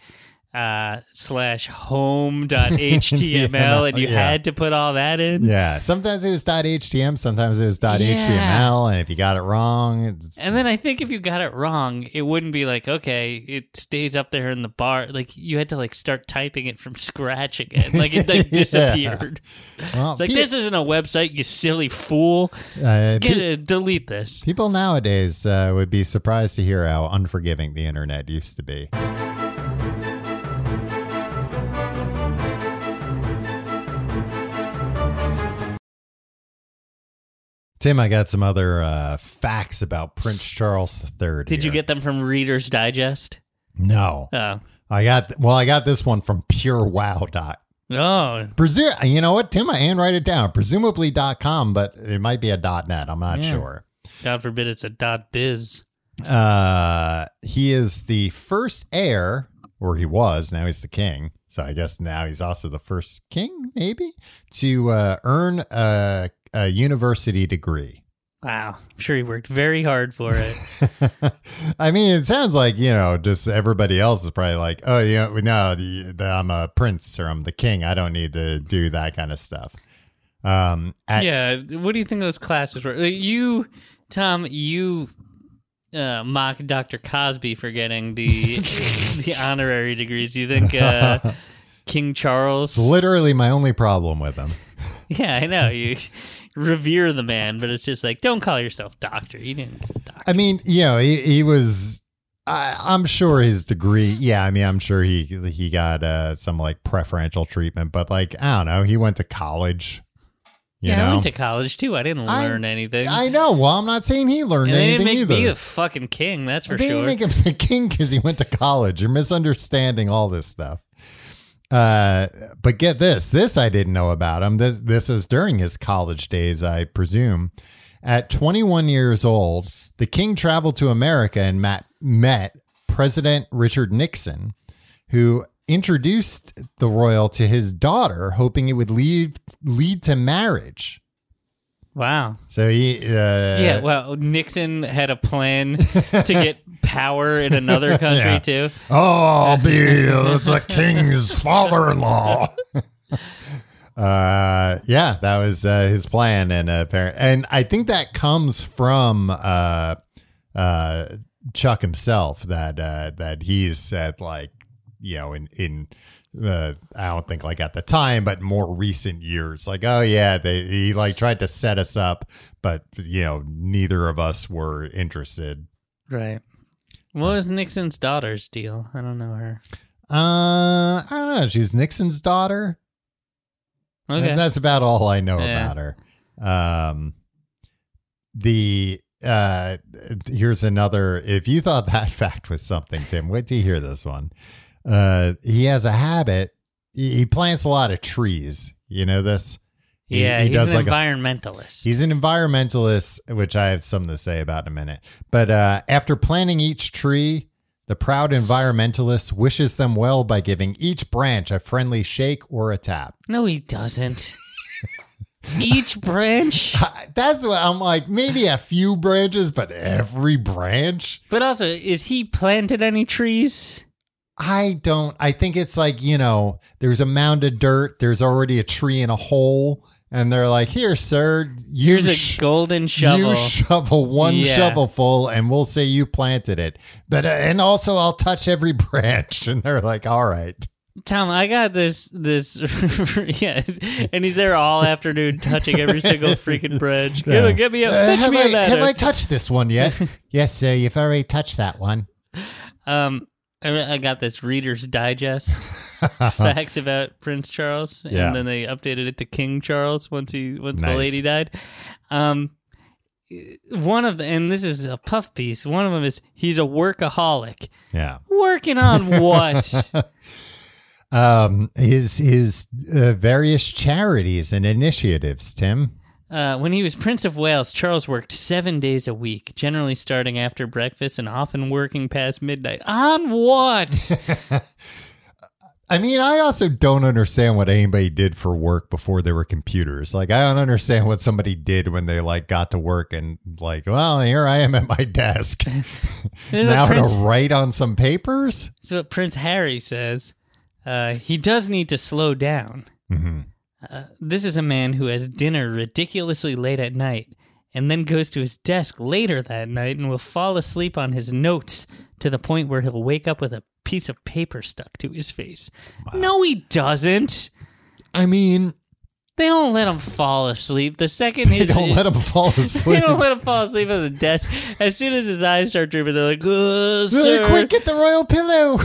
S3: uh slash home dot html, and you
S2: Yeah.
S3: had to put all that in.
S2: Yeah. Sometimes it was .htm, sometimes it was .html, and if you got it wrong, it's,
S3: And then I think if you got it wrong, it wouldn't be like, okay, it stays up there in the bar. Like you had to like start typing it from scratch again. Like it like
S2: Yeah.
S3: disappeared.
S2: well,
S3: It's like
S2: pe-
S3: this isn't a website, you silly fool.
S2: uh,
S3: Get
S2: pe-
S3: it, delete this.
S2: People nowadays uh, would be surprised to hear how unforgiving the internet used to be. Tim, I got some other uh, facts about Prince Charles III.
S3: Did you
S2: here.
S3: get them from Reader's Digest?
S2: No.
S3: Oh.
S2: I got well, I got this one from purewow.com.
S3: Oh.
S2: Presume you know what, Tim, I and write it down. Presumably .com, but it might be a .net. I'm not
S3: Yeah.
S2: sure.
S3: God forbid it's a dot biz.
S2: Uh, he is the first heir, or he was. Now he's the king. So I guess now he's also the first king, maybe, to uh, earn a, a university degree.
S3: Wow. I'm sure he worked very hard for it.
S2: I mean, it sounds like you know, just everybody else is probably like, oh, yeah, no, the, the, I'm a prince or I'm the king. I don't need to do that kind of stuff. Um, at-
S3: yeah. What do you think those classes were? Uh, You, Tom, you uh, mock Dr. Cosby for getting the the honorary degrees. Do you think uh, King Charles?
S2: It's literally my only problem with him.
S3: Yeah, I know you revere the man, but it's just like don't call yourself doctor. You didn't get a doctor.
S2: I mean, you know, he, he was. I, I'm sure his degree. Yeah, I mean, I'm sure he he got uh, some like preferential treatment, but like I don't know, he went to college. You
S3: yeah,
S2: know,
S3: I went to college too. I didn't
S2: I-
S3: learn anything.
S2: I know. Well, I'm not saying he learned
S3: and they didn't
S2: anything
S3: make
S2: either.
S3: me the fucking king. That's for
S2: they didn't
S3: sure.
S2: make him the king because he went to college. You're misunderstanding all this stuff. Uh, but get this. This I didn't know about him. This this was during his college days, I presume. At 21 years old, the king traveled to America and met, met President Richard Nixon, who introduced the royal to his daughter, hoping it would lead lead to marriage.
S3: wow.
S2: So he, uh,
S3: yeah. Well, Nixon had a plan to get power in another country
S2: Yeah.
S3: too.
S2: Oh, I'll be the king's father-in-law. uh, yeah, that was uh, his plan, and uh, appar- and I think that comes from uh, uh, Chuck himself. That uh, that he said, like you know, in in uh, I don't think like at the time, but more recent years, like oh yeah, they he like tried to set us up, but you know, neither of us were interested.
S3: Right. What was Nixon's daughter's deal? I don't know her.
S2: Uh, I don't know. She's Nixon's daughter.
S3: Okay.
S2: And that's about all I know
S3: Yeah.
S2: about her. Um, the uh, here's another. If you thought that fact was something, Tim, wait to hear this one. Uh, he has a habit. He he plants a lot of trees. You know this. He-
S3: yeah,
S2: he
S3: he's
S2: does
S3: an
S2: like a-
S3: environmentalist.
S2: He's an environmentalist, which I have something to say about in a minute. But uh, after planting each tree, the proud environmentalist wishes them well by giving each branch a friendly shake or a tap.
S3: no, he doesn't. Each branch.
S2: That's what I'm like. Maybe a few branches, but every branch.
S3: But also, is he planted any trees?
S2: I don't. I think it's like you know, there's a mound of dirt. There's already a tree in a hole, and they're like, "Here, sir, you
S3: Here's
S2: sh-
S3: a golden shovel.
S2: You shovel one
S3: Yeah.
S2: shovelful, and we'll say you planted it. But uh, and also, I'll touch every branch, and they're like, "All right."
S3: Tom, I got this. This, yeah, and he's there all afternoon, touching every single freaking branch. Get,
S2: Yeah.
S3: get me a,
S2: Uh,
S3: fetch
S2: have,
S3: me
S2: I,
S3: a ladder.
S2: have I touched this one yet? yes, sir. You've already touched that one.
S3: um, I, re- I got this Reader's Digest facts about Prince Charles, and
S2: Yeah.
S3: then they updated it to King Charles once he once the
S2: Nice.
S3: lady died. Um, one of the, and this is a puff piece. One of them is he's a workaholic.
S2: Yeah.
S3: Working on what?
S2: um his his uh, various charities and initiatives tim
S3: Uh, when he was Prince of Wales, Charles worked seven days a week, generally starting after breakfast and often working past midnight. On what?
S2: i mean i also don't understand what anybody did for work before there were computers like i don't understand what somebody did when they like got to work and like well here i am at my desk
S3: This is,
S2: now
S3: what
S2: to
S3: Prince,
S2: write on some papers
S3: this is what Prince Harry says. Uh, he does need to slow down.
S2: Mhm.
S3: Uh, this is a man who has dinner ridiculously late at night and then goes to his desk later that night and will fall asleep on his notes to the point where he'll wake up with a piece of paper stuck to his face. No, he doesn't.
S2: i mean
S3: They don't let him fall asleep. The second
S2: they
S3: his,
S2: don't let him fall
S3: they
S2: asleep
S3: don't let him fall asleep on the desk. As soon as his eyes start drooping, they're like, "Uh,
S2: really
S3: sir."
S2: quick get the royal pillow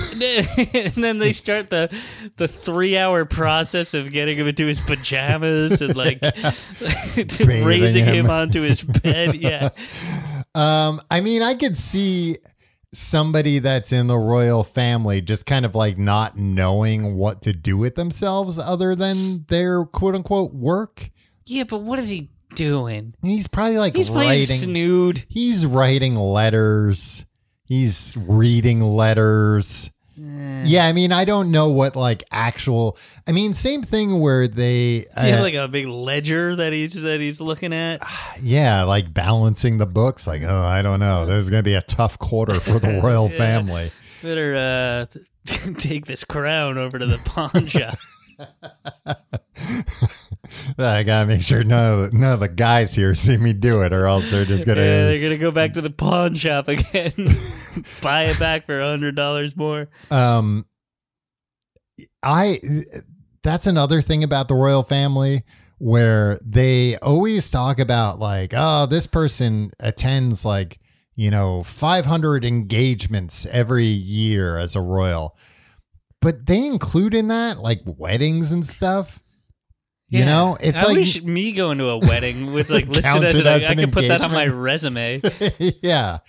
S3: and then they start the the three hour process of getting him into his pajamas and like raising him.
S2: him.
S3: onto his bed. Yeah,
S2: Um, I mean, I could see somebody that's in the royal family just kind of like not knowing what to do with themselves other than their quote unquote work.
S3: Yeah, but what is he doing?
S2: And he's probably like
S3: He's playing
S2: writing.
S3: snood.
S2: he's writing letters. He's reading letters.
S3: Eh.
S2: Yeah, I mean, I don't know what like actual. I mean, same thing where they.
S3: Does he have
S2: uh,
S3: like a big ledger that he's that he's looking at?
S2: yeah, like balancing the books. Like, oh, I don't know. There's going to be a tough quarter for the royal
S3: Yeah.
S2: family.
S3: Better uh, take this crown over to the pawn shop.
S2: I gotta make sure none of, the, none of the guys here see me do it, or else they're just gonna.
S3: yeah, they're gonna go back to the pawn shop again, buy it back for a hundred dollars more.
S2: um, I. That's another thing about the royal family where they always talk about like, oh, this person attends like you know 500 engagements every year as a royal, but they include in that like weddings and stuff. You
S3: Yeah.
S2: know, it's
S3: I
S2: like
S3: wish me going to a wedding was like listed as,
S2: Counted
S3: an,
S2: as
S3: I
S2: an
S3: could put that on my resume.
S2: yeah.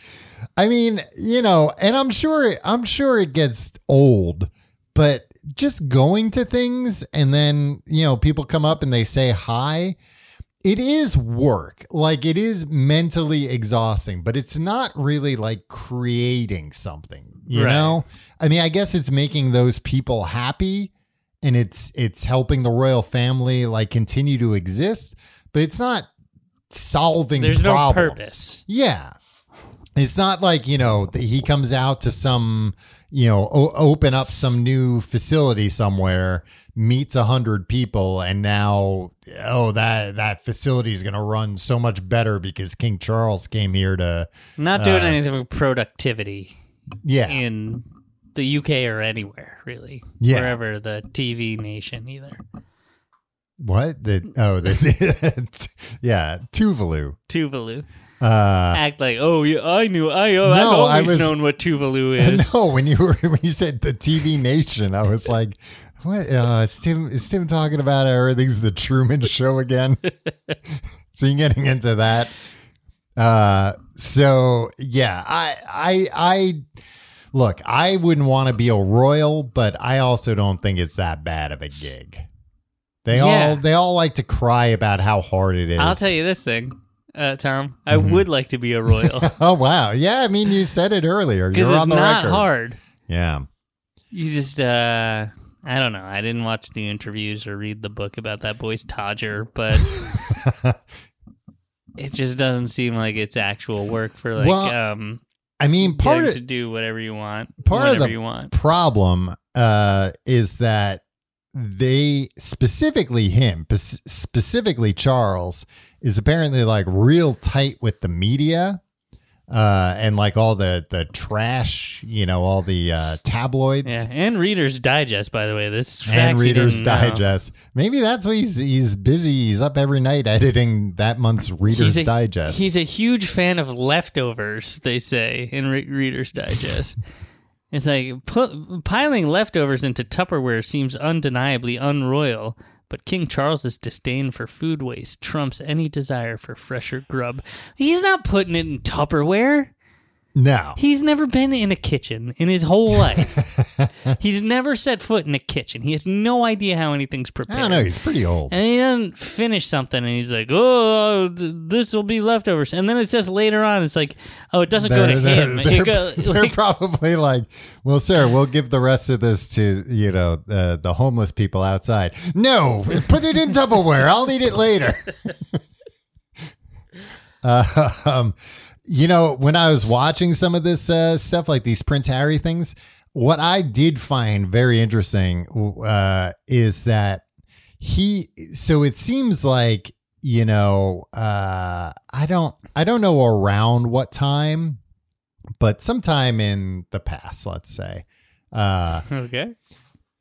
S2: I mean, you know, and I'm sure I'm sure it gets old, but just going to things and then, you know, people come up and they say hi, it is work. Like it is mentally exhausting, but it's not really like creating something, you
S3: Right.
S2: know? I mean, I guess it's making those people happy and it's it's helping the royal family like continue to exist, but it's not solving
S3: There's no
S2: problems.
S3: purpose.
S2: Yeah. It's not like, you know, that he comes out to some, you know, o- open up some new facility somewhere, meets a hundred people, and now, oh, that, that facility is going to run so much better because King Charles came here to,
S3: Not doing
S2: Uh,
S3: anything with productivity
S2: yeah.
S3: in the UK or anywhere really.
S2: Yeah.
S3: Wherever the TV nation either.
S2: What? The, oh, the, yeah, Tuvalu.
S3: Tuvalu.
S2: Uh,
S3: Act like, oh yeah, I knew I oh, I've
S2: No, I
S3: always
S2: was-
S3: known what Tuvalu
S2: And
S3: is.
S2: No, when you were when you said the TV Nation, I was like, "What uh, is Tim? Is Tim talking about everything's the Truman Show again?" so you're getting into that. Uh, so yeah, I I I look, I wouldn't want to be a royal, but I also don't think it's that bad of a gig. They
S3: Yeah.
S2: all they all like to cry about how hard it is.
S3: I'll tell you this thing, uh, Tom. I
S2: Mhm.
S3: would like to be a royal.
S2: Oh wow, yeah. I mean, you said it earlier.
S3: Because
S2: You're
S3: it's
S2: on the
S3: not
S2: record.
S3: hard.
S2: Yeah.
S3: You just uh I don't know. I didn't watch the interviews or read the book about that boy's Todger, but it just doesn't seem like it's actual work for like
S2: Well,
S3: um
S2: I mean, part
S3: getting
S2: of,
S3: to do whatever you want,
S2: part of
S3: whenever
S2: the-
S3: you want.
S2: problem uh, is that they specifically him pes- specifically charles is apparently like real tight with the media uh, and like all the the trash you know all the uh, tabloids
S3: Yeah, and Reader's Digest, by the way. This is
S2: and
S3: facts you
S2: readers
S3: didn't know.
S2: digest maybe that's why he's he's busy he's up every night editing that month's readers
S3: He's a-
S2: digest
S3: He's a huge fan of leftovers. They say in Re- Reader's Digest. It's like pu- piling leftovers into Tupperware seems undeniably unroyal, but King Charles's disdain for food waste trumps any desire for fresher grub. He's not putting it in Tupperware.
S2: no
S3: He's never been in a kitchen in his whole life. He's never set foot in a kitchen. He has no idea how anything's
S2: i
S3: prepared.
S2: don't know he's pretty old
S3: And he doesn't finish something, and he's like, "Oh, this will be leftovers." And then it says later on, it's like, "Oh, it doesn't go to
S2: they're-
S3: him."
S2: They're,
S3: It go,
S2: they're
S3: like,
S2: probably like, well, sir, we'll give the rest of this to, you know, uh, the homeless people outside. No, put it in Tupperware. I'll need it later. uh, um, you know, when I was watching some of this uh, stuff, like these Prince Harry things, what I did find very interesting uh, is that he so it seems like you know uh i don't i don't know around what time but sometime in the past let's say uh
S3: okay,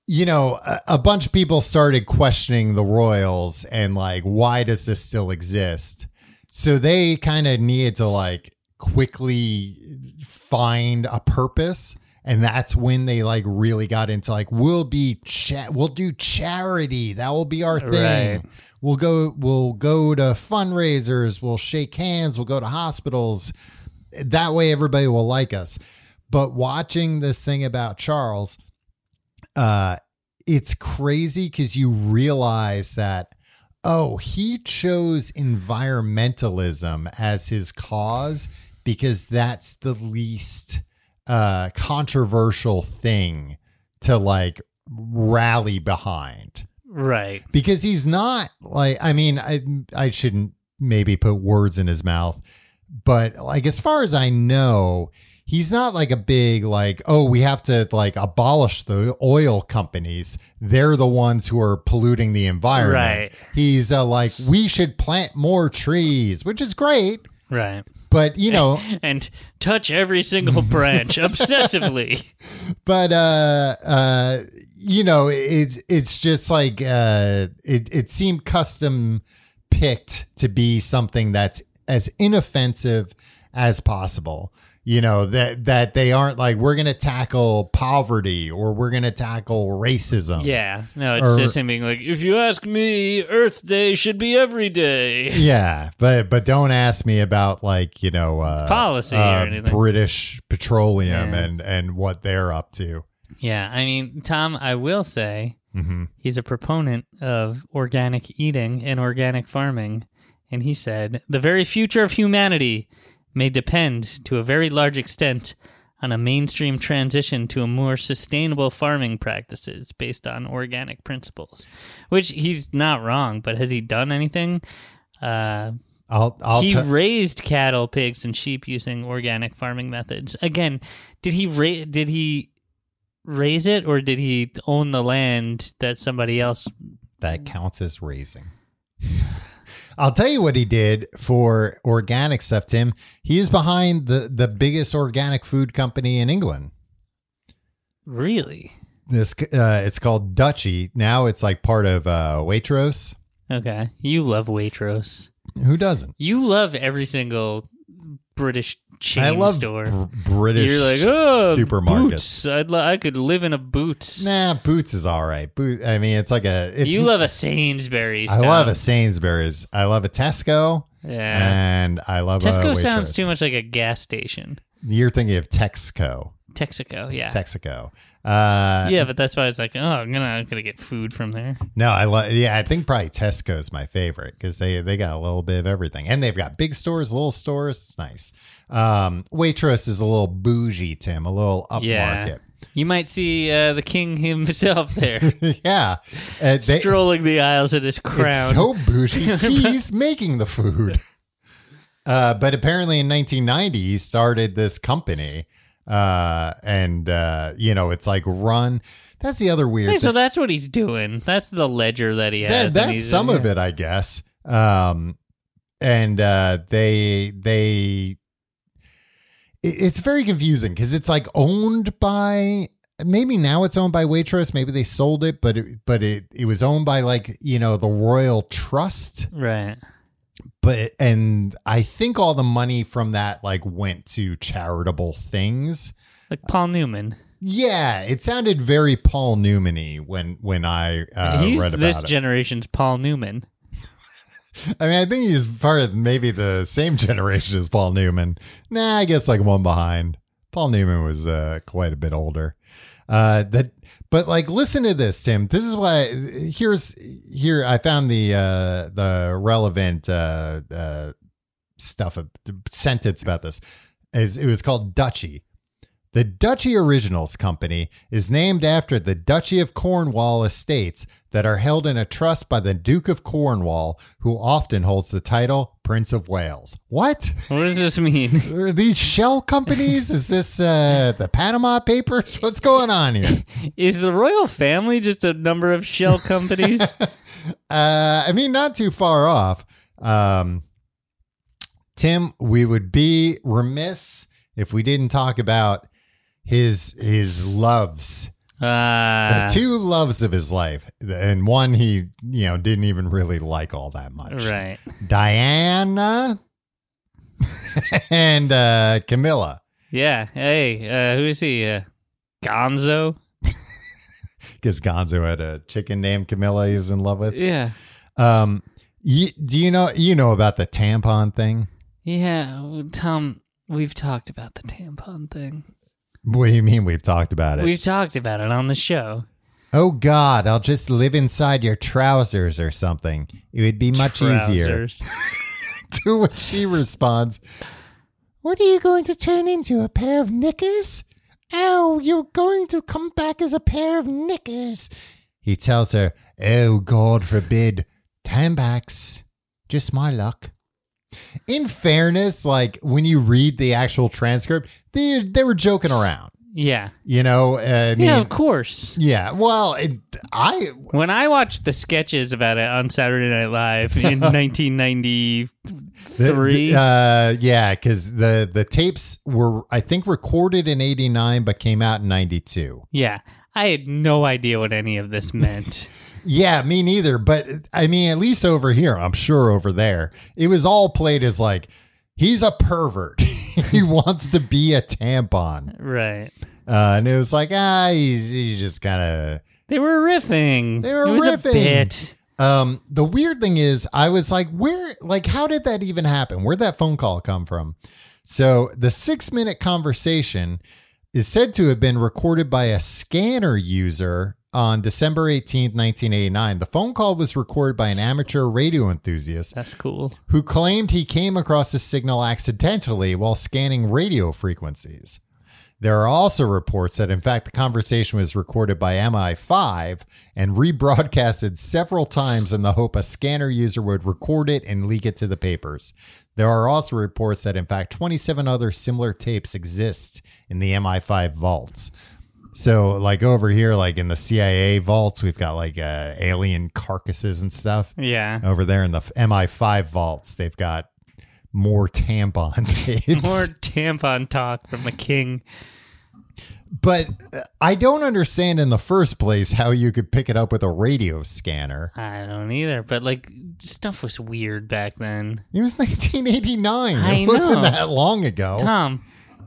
S2: you know a, a bunch of people started questioning the royals and like why does this still exist so they kind of needed to like quickly find a purpose and that's when they like really got into like we'll be cha- we'll do charity that will be our thing
S3: Right.
S2: we'll go we'll go to fundraisers we'll shake hands we'll go to hospitals that way everybody will like us But watching this thing about Charles, uh, it's crazy because you realize that, oh, he chose environmentalism as his cause because that's the least uh, controversial thing to like rally behind
S3: Right.
S2: because he's not like I mean I I shouldn't maybe put words in his mouth, but like as far as I know, he's not like a big like oh we have to like abolish the oil companies. They're the ones who are polluting the environment.
S3: Right.
S2: He's uh, like we should plant more trees, which is great,
S3: Right.
S2: but you know
S3: And touch every single branch obsessively.
S2: but uh uh you know it's it's just like uh it it seemed custom picked to be something that's as inoffensive as possible you know that that they aren't like we're gonna tackle poverty or we're gonna tackle racism
S3: Yeah. No, it's
S2: Or-
S3: just him being like, if you ask me, Earth Day should be every day.
S2: yeah but but don't ask me about like you know uh
S3: Policy or
S2: uh,
S3: anything.
S2: british petroleum
S3: Yeah.
S2: and and what they're up to
S3: Yeah. I mean, Tom, I will say
S2: hmm
S3: he's a proponent of organic eating and organic farming. And he said, the very future of humanity may depend to a very large extent on a mainstream transition to a more sustainable farming practices based on organic principles, which he's not wrong, but has he done anything? Uh,
S2: i'll i'll
S3: he
S2: t-
S3: raised cattle, pigs, and sheep using organic farming methods. Again, did he ra- did he raise it or did he own the land that somebody else?
S2: that counts as raising. I'll tell you what he did for organic stuff, Tim. He is behind the, the biggest organic food company in England.
S3: Really?
S2: This uh, it's called Dutchy. Now it's like part of uh, Waitrose.
S3: Okay, you love Waitrose.
S2: Who doesn't?
S3: You love every single British chain
S2: I love
S3: store.
S2: br- British.
S3: You're like, oh,
S2: supermarkets.
S3: Boots. I'd lo- I could live in a Boots.
S2: Nah, Boots is all right. Boot. I mean, it's like a. It's,
S3: you love a Sainsbury's.
S2: I love a
S3: Tom.
S2: Sainsbury's. I love a Tesco,
S3: Yeah.
S2: and I love a
S3: Tesco
S2: Waitrose.
S3: sounds too much like a gas station.
S2: You're thinking of Texco.
S3: Texaco, yeah.
S2: Texaco. Uh,
S3: yeah, but that's why it's like, oh, I'm gonna I'm gonna get food from there.
S2: No, I love. Yeah, I think probably Tesco's my favorite because they they got a little bit of everything, and they've got big stores, little stores. It's nice. Um, Waitrose is a little bougie, Tim, a little
S3: Yeah,
S2: upmarket.
S3: you might see uh, the king himself there,
S2: Yeah, And they,
S3: strolling the aisles in his
S2: it's
S3: crown.
S2: so bougie. He's making the food. Uh, but apparently, in 1990, he started this company, uh, and uh, you know, it's like run. That's the other weird.
S3: Hey,
S2: thing.
S3: so that's what he's doing. That's the ledger that he
S2: That-
S3: has. and
S2: that's
S3: he's-
S2: some of it, I guess. Um, and uh, they they it- it's very confusing because it's like owned by maybe now it's owned by Waitrose. Maybe they sold it, but it, but it it was owned by like you know the Royal Trust.
S3: right?
S2: But and I think all the money from that like went to charitable things.
S3: Like Paul Newman.
S2: Yeah, it sounded very Paul Newman-y when when I uh,
S3: he's
S2: read about
S3: this
S2: it.
S3: generation's Paul Newman.
S2: I mean, I think he's part of maybe the same generation as Paul Newman. Nah, I guess like one behind. Paul Newman was uh, quite a bit older. Uh, that, but like, listen to this, Tim. This is why. Here's here. I found the uh, the relevant uh, uh, stuff a sentence about this. It's- It was called Duchy. The Duchy Originals Company is named after the Duchy of Cornwall estates that are held in a trust by the Duke of Cornwall, who often holds the title Prince of Wales. What?
S3: What does this mean?
S2: Are these shell companies? Is this uh, the Panama Papers? What's going on here?
S3: Is the royal family just a number of shell companies?
S2: Uh, I mean, not too far off. Um, Tim, we would be remiss if we didn't talk about his his loves the
S3: Ah,
S2: two loves of his life and one he you know didn't even really like all that much
S3: right.
S2: diana and uh camilla
S3: Yeah. Hey, uh, who is he? Uh, Gonzo.
S2: because gonzo had a chicken named camilla he was in love with
S3: Yeah.
S2: um you, do you know you know about the tampon thing
S3: Yeah, well, Tom, we've talked about the tampon thing.
S2: What do you mean we've talked about it?
S3: We've talked about it on the show.
S2: oh God, I'll just live inside your trousers or something. It would be much easier.
S3: Trousers.
S2: To which she responds, What are you going to turn into? A pair of knickers? Oh, you're going to come back as a pair of knickers. He tells her, Oh, God forbid. Ten backs. Just my luck. In fairness, like when you read the actual transcript, they they were joking around.
S3: Yeah.
S2: You know, I mean,
S3: yeah,
S2: yeah.
S3: of course.
S2: well, it, I
S3: When I watched the sketches about it on Saturday Night Live in 1993,
S2: the- the- uh, yeah, because the the tapes were I think recorded in '89 but came out in '92.
S3: yeah, I had no idea what any of this meant.
S2: Yeah, me neither. But I mean, at least over here, I'm sure over there, it was all played as like he's a pervert. he wants to be a tampon,
S3: right.
S2: uh, and it was like ah, he's, he's just kind of
S3: They were riffing.
S2: They were
S3: it was
S2: riffing.
S3: a bit.
S2: Um, the weird thing is, I was like, where, like, how did that even happen? Where'd that phone call come from? So the six minute conversation is said to have been recorded by a scanner user on December 18th, 1989. The phone call was recorded by an amateur radio enthusiast
S3: That's cool.
S2: who claimed he came across the signal accidentally while scanning radio frequencies. There are also reports that, in fact, the conversation was recorded by MI5 and rebroadcasted several times in the hope a scanner user would record it and leak it to the papers. There are also reports that, in fact, 27 other similar tapes exist in the MI5 vaults. So, like over here, like in the CIA vaults, we've got like uh, alien carcasses and stuff
S3: Yeah.
S2: over there in the MI5 vaults, they've got more tampon tapes.
S3: More tampon talk from the king.
S2: But uh, I don't understand in the first place how you could pick it up with a radio scanner.
S3: I don't either, but like stuff was weird back then.
S2: It was 1989.
S3: I
S2: it wasn't
S3: know.
S2: that long ago.
S3: Tom,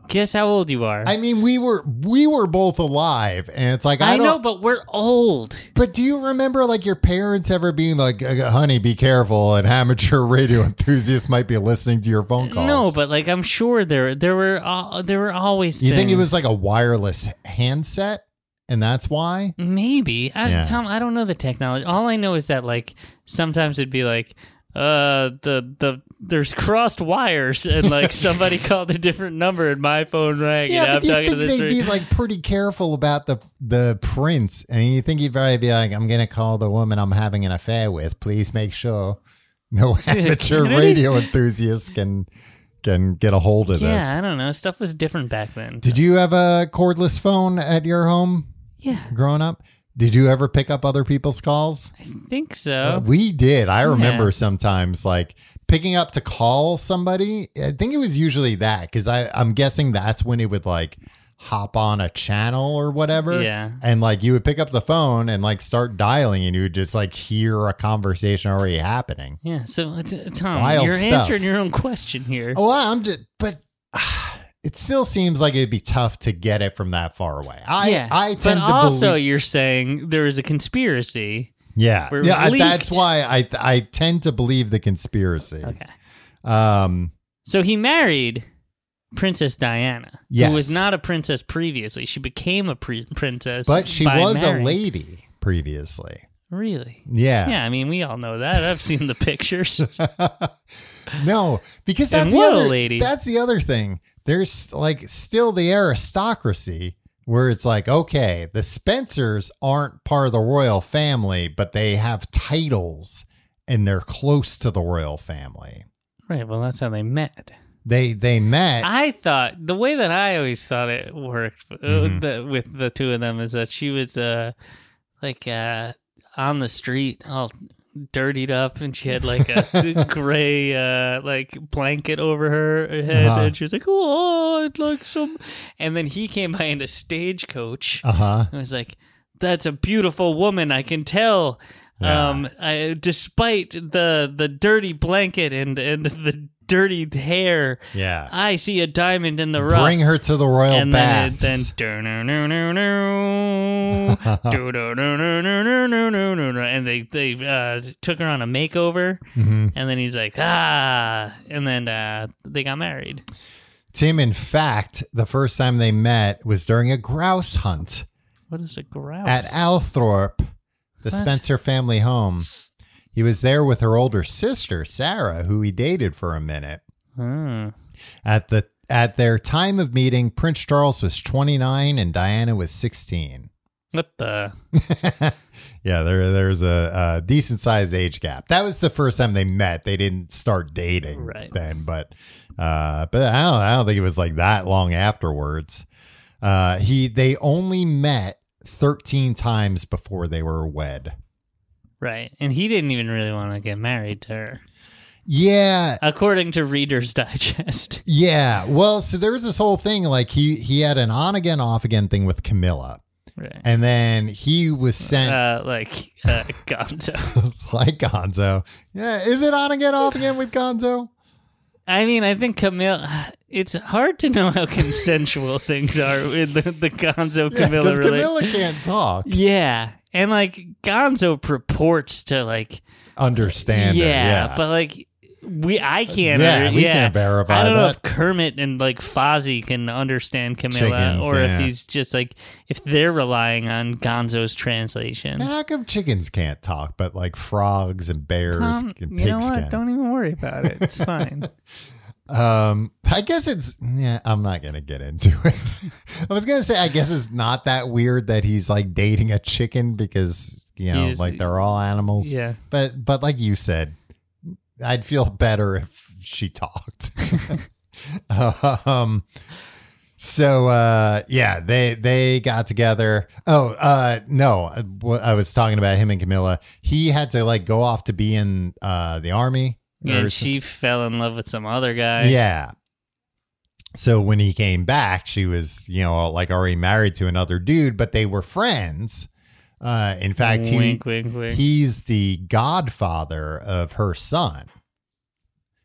S3: guess how old you are?
S2: I mean, we were we were both alive, and it's like I,
S3: I
S2: don't.
S3: know, but we're old.
S2: But do you remember like your parents ever being like, "Uh, "Honey, be careful," an amateur radio enthusiast might be listening to your phone calls?
S3: No, but like I'm sure there there were uh, there were always.
S2: you think it
S3: things.
S2: was like a wireless handset, and that's why?
S3: Maybe. I,
S2: Yeah.
S3: Tom, I don't know the technology. All I know is that like sometimes it'd be like uh the the there's crossed wires and like somebody called a different number and my phone rang and I'm
S2: you
S3: talking to
S2: think
S3: this
S2: they'd be
S3: re-
S2: like pretty careful about the the prints, and you think he'd probably be like, "I'm gonna call the woman I'm having an affair with. Please make sure no amateur
S3: Kennedy?
S2: radio enthusiast can can get a hold of
S3: Yeah,
S2: this."
S3: I don't know. Stuff was different back then.
S2: Did you have a cordless phone at your home
S3: yeah,
S2: growing up? Did you ever pick up other people's calls?
S3: I think so.
S2: Uh, We did.
S3: Oh,
S2: I remember
S3: Yeah.
S2: sometimes like picking up to call somebody. I think it was usually that because I I'm guessing that's when it would like hop on a channel or whatever.
S3: Yeah.
S2: And like you would pick up the phone and like start dialing and you would just like hear a conversation already happening.
S3: yeah, so uh, t- Tom,
S2: Wild
S3: you're
S2: stuff. Oh,
S3: answering your own question here.
S2: Well, I'm just but it still seems like it'd be tough to get it from that far away. I
S3: yeah,
S2: I tend
S3: but
S2: to
S3: also
S2: believe
S3: you're saying there is a conspiracy.
S2: yeah
S3: where it
S2: yeah
S3: was
S2: I- that's
S3: leaked.
S2: why I I tend to believe the conspiracy.
S3: Okay,
S2: Um.
S3: so he married Princess Diana,
S2: Yes.
S3: who was not a princess previously. She became a pre- princess,
S2: But she
S3: by
S2: was
S3: marrying-
S2: a lady previously.
S3: Really?
S2: Yeah.
S3: Yeah, I mean we all know that. I've seen the pictures.
S2: No, because that's
S3: And
S2: the
S3: what a
S2: other,
S3: lady.
S2: That's the other thing. There's like still the aristocracy where it's like, okay, the Spencers aren't part of the royal family, but they have titles and they're close to the royal family.
S3: right. Well, that's how they met.
S2: They they met.
S3: I thought the way that I always thought it worked uh,
S2: Mhm.
S3: the, with the two of them is that she was uh like uh on the street all dirtied up and she had like a gray uh like blanket over her head
S2: Uh-huh.
S3: and she was like oh I'd like some and then he came by in a stagecoach
S2: uh huh.
S3: I was like, "That's a beautiful woman. I can tell."
S2: Yeah.
S3: Um, I, despite the the dirty blanket and and the dirty hair,
S2: Yeah.
S3: I see a diamond in the rough.
S2: Bring her to the royal
S3: and then it,
S2: baths.
S3: then do-do-do-do-do, do-do-do-do-do-do-do-do-do, and they they uh, took her on a makeover,
S2: Mhm.
S3: and then he's like ah, and then uh, they got married.
S2: Tim, in fact, the first time they met was during a grouse hunt
S3: What is a grouse?
S2: at Althorpe, the
S3: What?
S2: Spencer family home. He was there with her older sister, Sarah, who he dated for a minute.
S3: Hmm.
S2: At the at their time of meeting, Prince Charles was 29 and Diana was 16.
S3: What the?
S2: yeah, there there's a, a decent sized age gap. That was the first time they met. They didn't start dating
S3: Right.
S2: then, but uh, but I don't, I don't think it was like that long afterwards. Uh, he they only met 13 times before they were wed.
S3: Right. And he didn't even really want to get married to her,
S2: Yeah,
S3: according to Reader's Digest.
S2: yeah. Well, so there was this whole thing like he he had an on again off again thing with Camilla,
S3: Right.
S2: and then he was sent
S3: Uh, like uh, Gonzo.
S2: like Gonzo. Yeah, is it on again off again with Gonzo?
S3: I mean, I think Camille. It's hard to know how consensual things are with the, the Gonzo Camilla
S2: because
S3: relate-
S2: Camilla can't talk.
S3: Yeah, and like Gonzo purports to like
S2: Understand? her,
S3: yeah,
S2: uh, yeah, Uh,
S3: but like we I can't.
S2: Yeah,
S3: under-
S2: we
S3: yeah.
S2: can't verify
S3: I don't know
S2: that.
S3: if Kermit and like Fozzie can understand Camilla,
S2: Chickens,
S3: or
S2: yeah.
S3: if he's just like if they're relying on Gonzo's translation.
S2: Man, how come chickens can't talk, but like frogs and bears
S3: Tom,
S2: and
S3: you know
S2: pigs
S3: what?
S2: can?
S3: Don't even worry about it. It's fine.
S2: Um, I guess it's yeah. I'm not gonna get into it. I was gonna say I guess it's not that weird that he's like dating a chicken because you know
S3: He's-
S2: like they're all animals.
S3: yeah.
S2: But but like you said, I'd feel better if she talked. um so uh yeah, they they got together. Oh, uh no, what I was talking about him and Camilla. He had to like go off to be in uh the army. or
S3: And
S2: some-
S3: she fell in love with some other guy.
S2: yeah. So when he came back, she was, you know, like already married to another dude, but they were friends. Uh in fact, he
S3: wink, wink, wink.
S2: he's the godfather of her son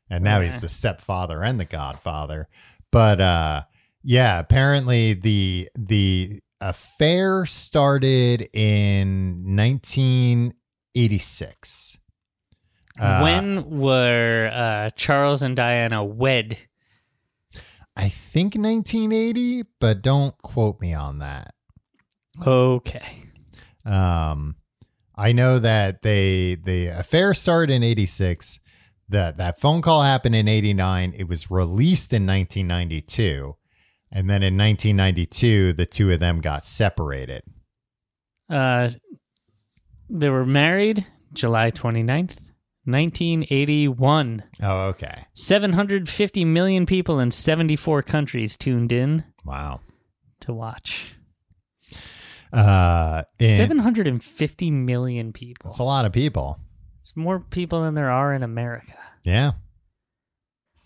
S2: and now he's
S3: Okay.
S2: the stepfather and the godfather but uh yeah apparently the the affair started in 1986 Uh,
S3: when were uh, Charles and Diana wed?
S2: i think 1980 but don't quote me on that
S3: Okay.
S2: Um, I know that they the affair started in '86. That that phone call happened in '89. It was released in 1992, and then in 1992, the two of them got separated.
S3: Uh, they were married July 29th, 1981.
S2: Oh, okay.
S3: 750 million people in 74 countries tuned in
S2: Wow.
S3: to watch.
S2: Uh, and
S3: 750 million people.
S2: That's a lot of people.
S3: It's more people than there are in America.
S2: Yeah.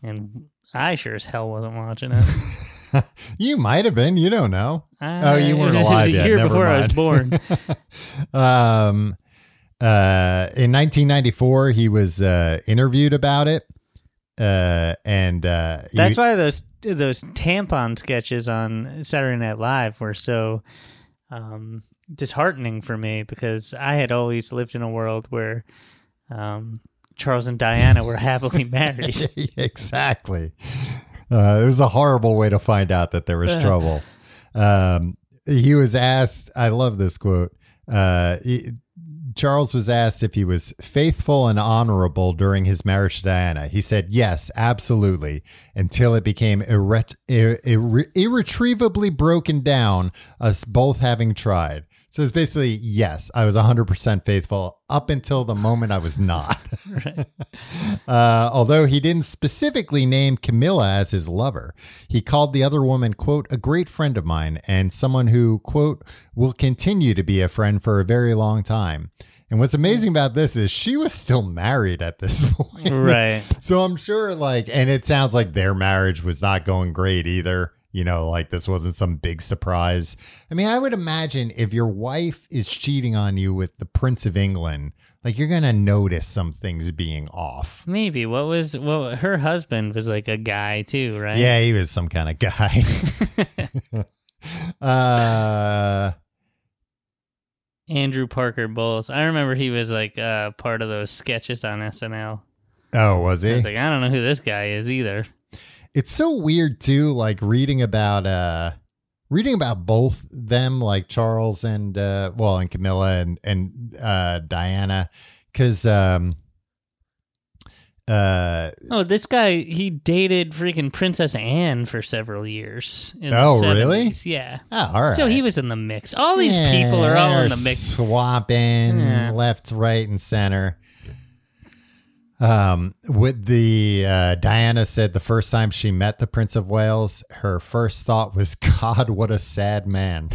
S3: And I sure as hell wasn't watching it.
S2: you might have been. You don't know. Oh,
S3: I-
S2: you weren't
S3: it was,
S2: alive
S3: It was a
S2: yet.
S3: year
S2: Never
S3: before I was
S2: mind.
S3: born.
S2: um, uh, in 1994, he was uh, interviewed about it, uh, and uh,
S3: That's
S2: you-
S3: why those those tampon sketches on Saturday Night Live were so um, disheartening for me because I had always lived in a world where um, Charles and Diana were happily married.
S2: exactly. Uh, it was a horrible way to find out that there was trouble. Um, he was asked. I love this quote. Uh, he- Charles was asked if he was faithful and honorable during his marriage to Diana. He said, "Yes, absolutely," until it became irret- ir- ir- irretrievably broken down. Us both having tried. So it's basically, yes, I was 100% faithful up until the moment I was not. Uh, although he didn't specifically name Camilla as his lover, he called the other woman, quote, a great friend of mine and someone who, quote, will continue to be a friend for a very long time. And what's amazing about this is she was still married at this point.
S3: right.
S2: So I'm sure, like, and it sounds like their marriage was not going great either. You know, like this wasn't some big surprise. I mean, I would imagine if your wife is cheating on you with the Prince of England, like you're going to notice some things being off.
S3: Maybe what was well, her husband was like a guy too, right?
S2: Yeah, he was some kind of guy. uh,
S3: Andrew Parker Bowles. I remember he was like uh, part of those sketches on SNL.
S2: oh, was
S3: I
S2: he?
S3: was like, I don't know who this guy is either.
S2: It's so weird too, like reading about uh reading about both them, like Charles and uh well and Camilla and and uh Diana, because um uh
S3: Oh, this guy he dated freaking Princess Anne for several years. in the
S2: Oh, really?
S3: 70s. Yeah.
S2: oh, all right.
S3: So he was in the mix. All these people are all in the mix.
S2: swapping
S3: Yeah.
S2: left, right, and center. Um, with the uh, Diana said the first time she met the Prince of Wales, her first thought was, "God, what a sad man."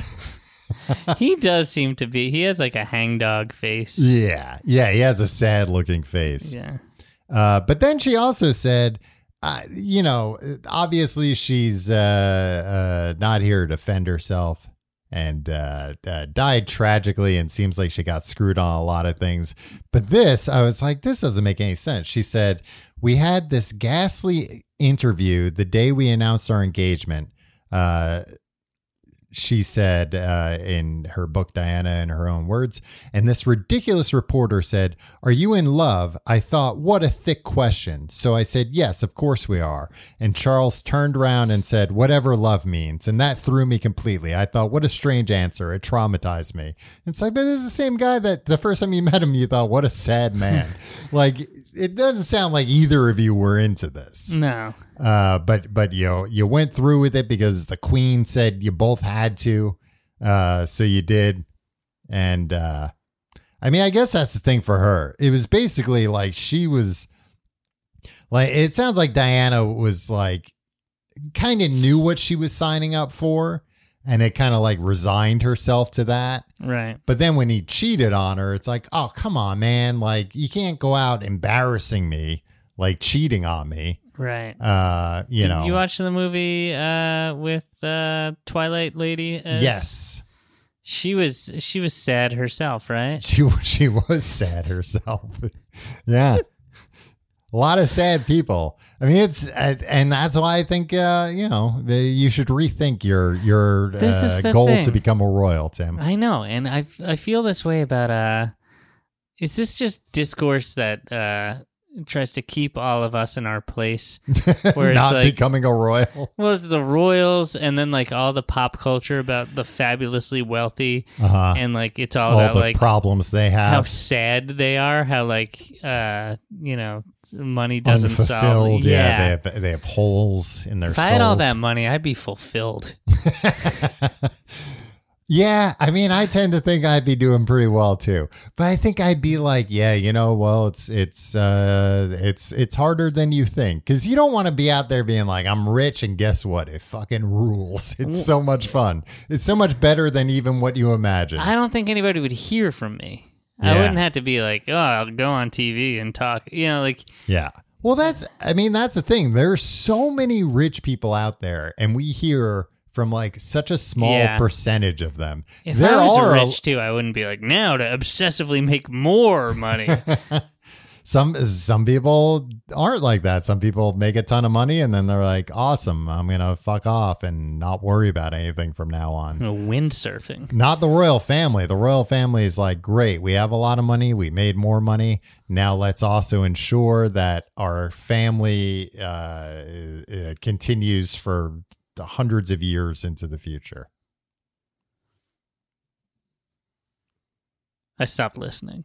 S3: he does seem to be. He has like a hangdog face.
S2: yeah, yeah, he has a sad-looking face.
S3: Yeah.
S2: Uh, but then she also said, uh, you know, obviously she's uh, uh, not here to defend herself and uh, uh, died tragically and seems like she got screwed on a lot of things. But this, I was like, this doesn't make any sense. She said, We had this ghastly interview the day we announced our engagement. Uh, she said uh, in her book, Diana, in her own words. And this ridiculous reporter said, Are you in love? I thought, What a thick question. So I said, Yes, of course we are. And Charles turned around and said, Whatever love means. And that threw me completely. I thought, What a strange answer. It traumatized me. It's like, But this is the same guy that the first time you met him, you thought, What a sad man. like, it doesn't sound like either of you were into this.
S3: No.
S2: Uh, but but you know, you went through with it because the queen said you both had to, uh, so you did, and uh, I mean, I guess that's the thing for her. It was basically like she was, like it sounds like Diana was like, kind of knew what she was signing up for, and it kind of like resigned herself to that.
S3: Right.
S2: But then when he cheated on her, it's like, oh come on, man! Like you can't go out embarrassing me, like cheating on me.
S3: Right.
S2: Uh, you
S3: Did
S2: know,
S3: you watch the movie uh, with uh, Twilight Lady? as-
S2: Yes,
S3: She was she was sad herself, right?
S2: she she was sad herself. yeah, a lot of sad people. I mean, it's uh, and that's why I think uh, you know the- you should rethink your your
S3: This is
S2: uh,
S3: the
S2: goal to
S3: thing. Uh,
S2: become a royal, Tim.
S3: I know, and I f- I feel this way about uh, is this just discourse that uh tries to keep all of us in our place? Where it's
S2: Not
S3: like-
S2: becoming a royal.
S3: Well, it's the royals, and then like all the pop culture about the fabulously wealthy,
S2: Uh-huh.
S3: and like it's all,
S2: All
S3: about
S2: the
S3: like
S2: problems they
S3: how
S2: have.
S3: sad they are, how like uh you know money doesn't solve.
S2: unfulfilled. Yeah. they have they have holes in their.
S3: if I had all
S2: souls.
S3: that money, I'd be fulfilled.
S2: yeah, I mean, I tend to think I'd be doing pretty well too, but I think I'd be like, yeah, you know, well, it's it's uh, it's it's harder than you think because you don't want to be out there being like, I'm rich, and guess what? It fucking rules. It's so much fun. It's so much better than even what you imagine.
S3: I don't think anybody would hear from me. I
S2: Yeah.
S3: wouldn't have to be like, oh, I'll go on TV and talk. You know, like
S2: Yeah. Well, that's, I mean, that's the thing. There's so many rich people out there, and we hear from like such a small
S3: Yeah.
S2: percentage of them.
S3: if
S2: there
S3: I was
S2: are a-
S3: rich too, I wouldn't be like now to obsessively make more money.
S2: some some people aren't like that. Some people make a ton of money and then they're like, "Awesome, I'm gonna fuck off and not worry about anything from now
S3: Hmm.
S2: on."
S3: Windsurfing.
S2: Not the royal family. The royal family is like, "Great, we have a lot of money. We made more money. Now let's also ensure that our family uh, uh, continues for hundreds of years into the future."
S3: I stopped listening.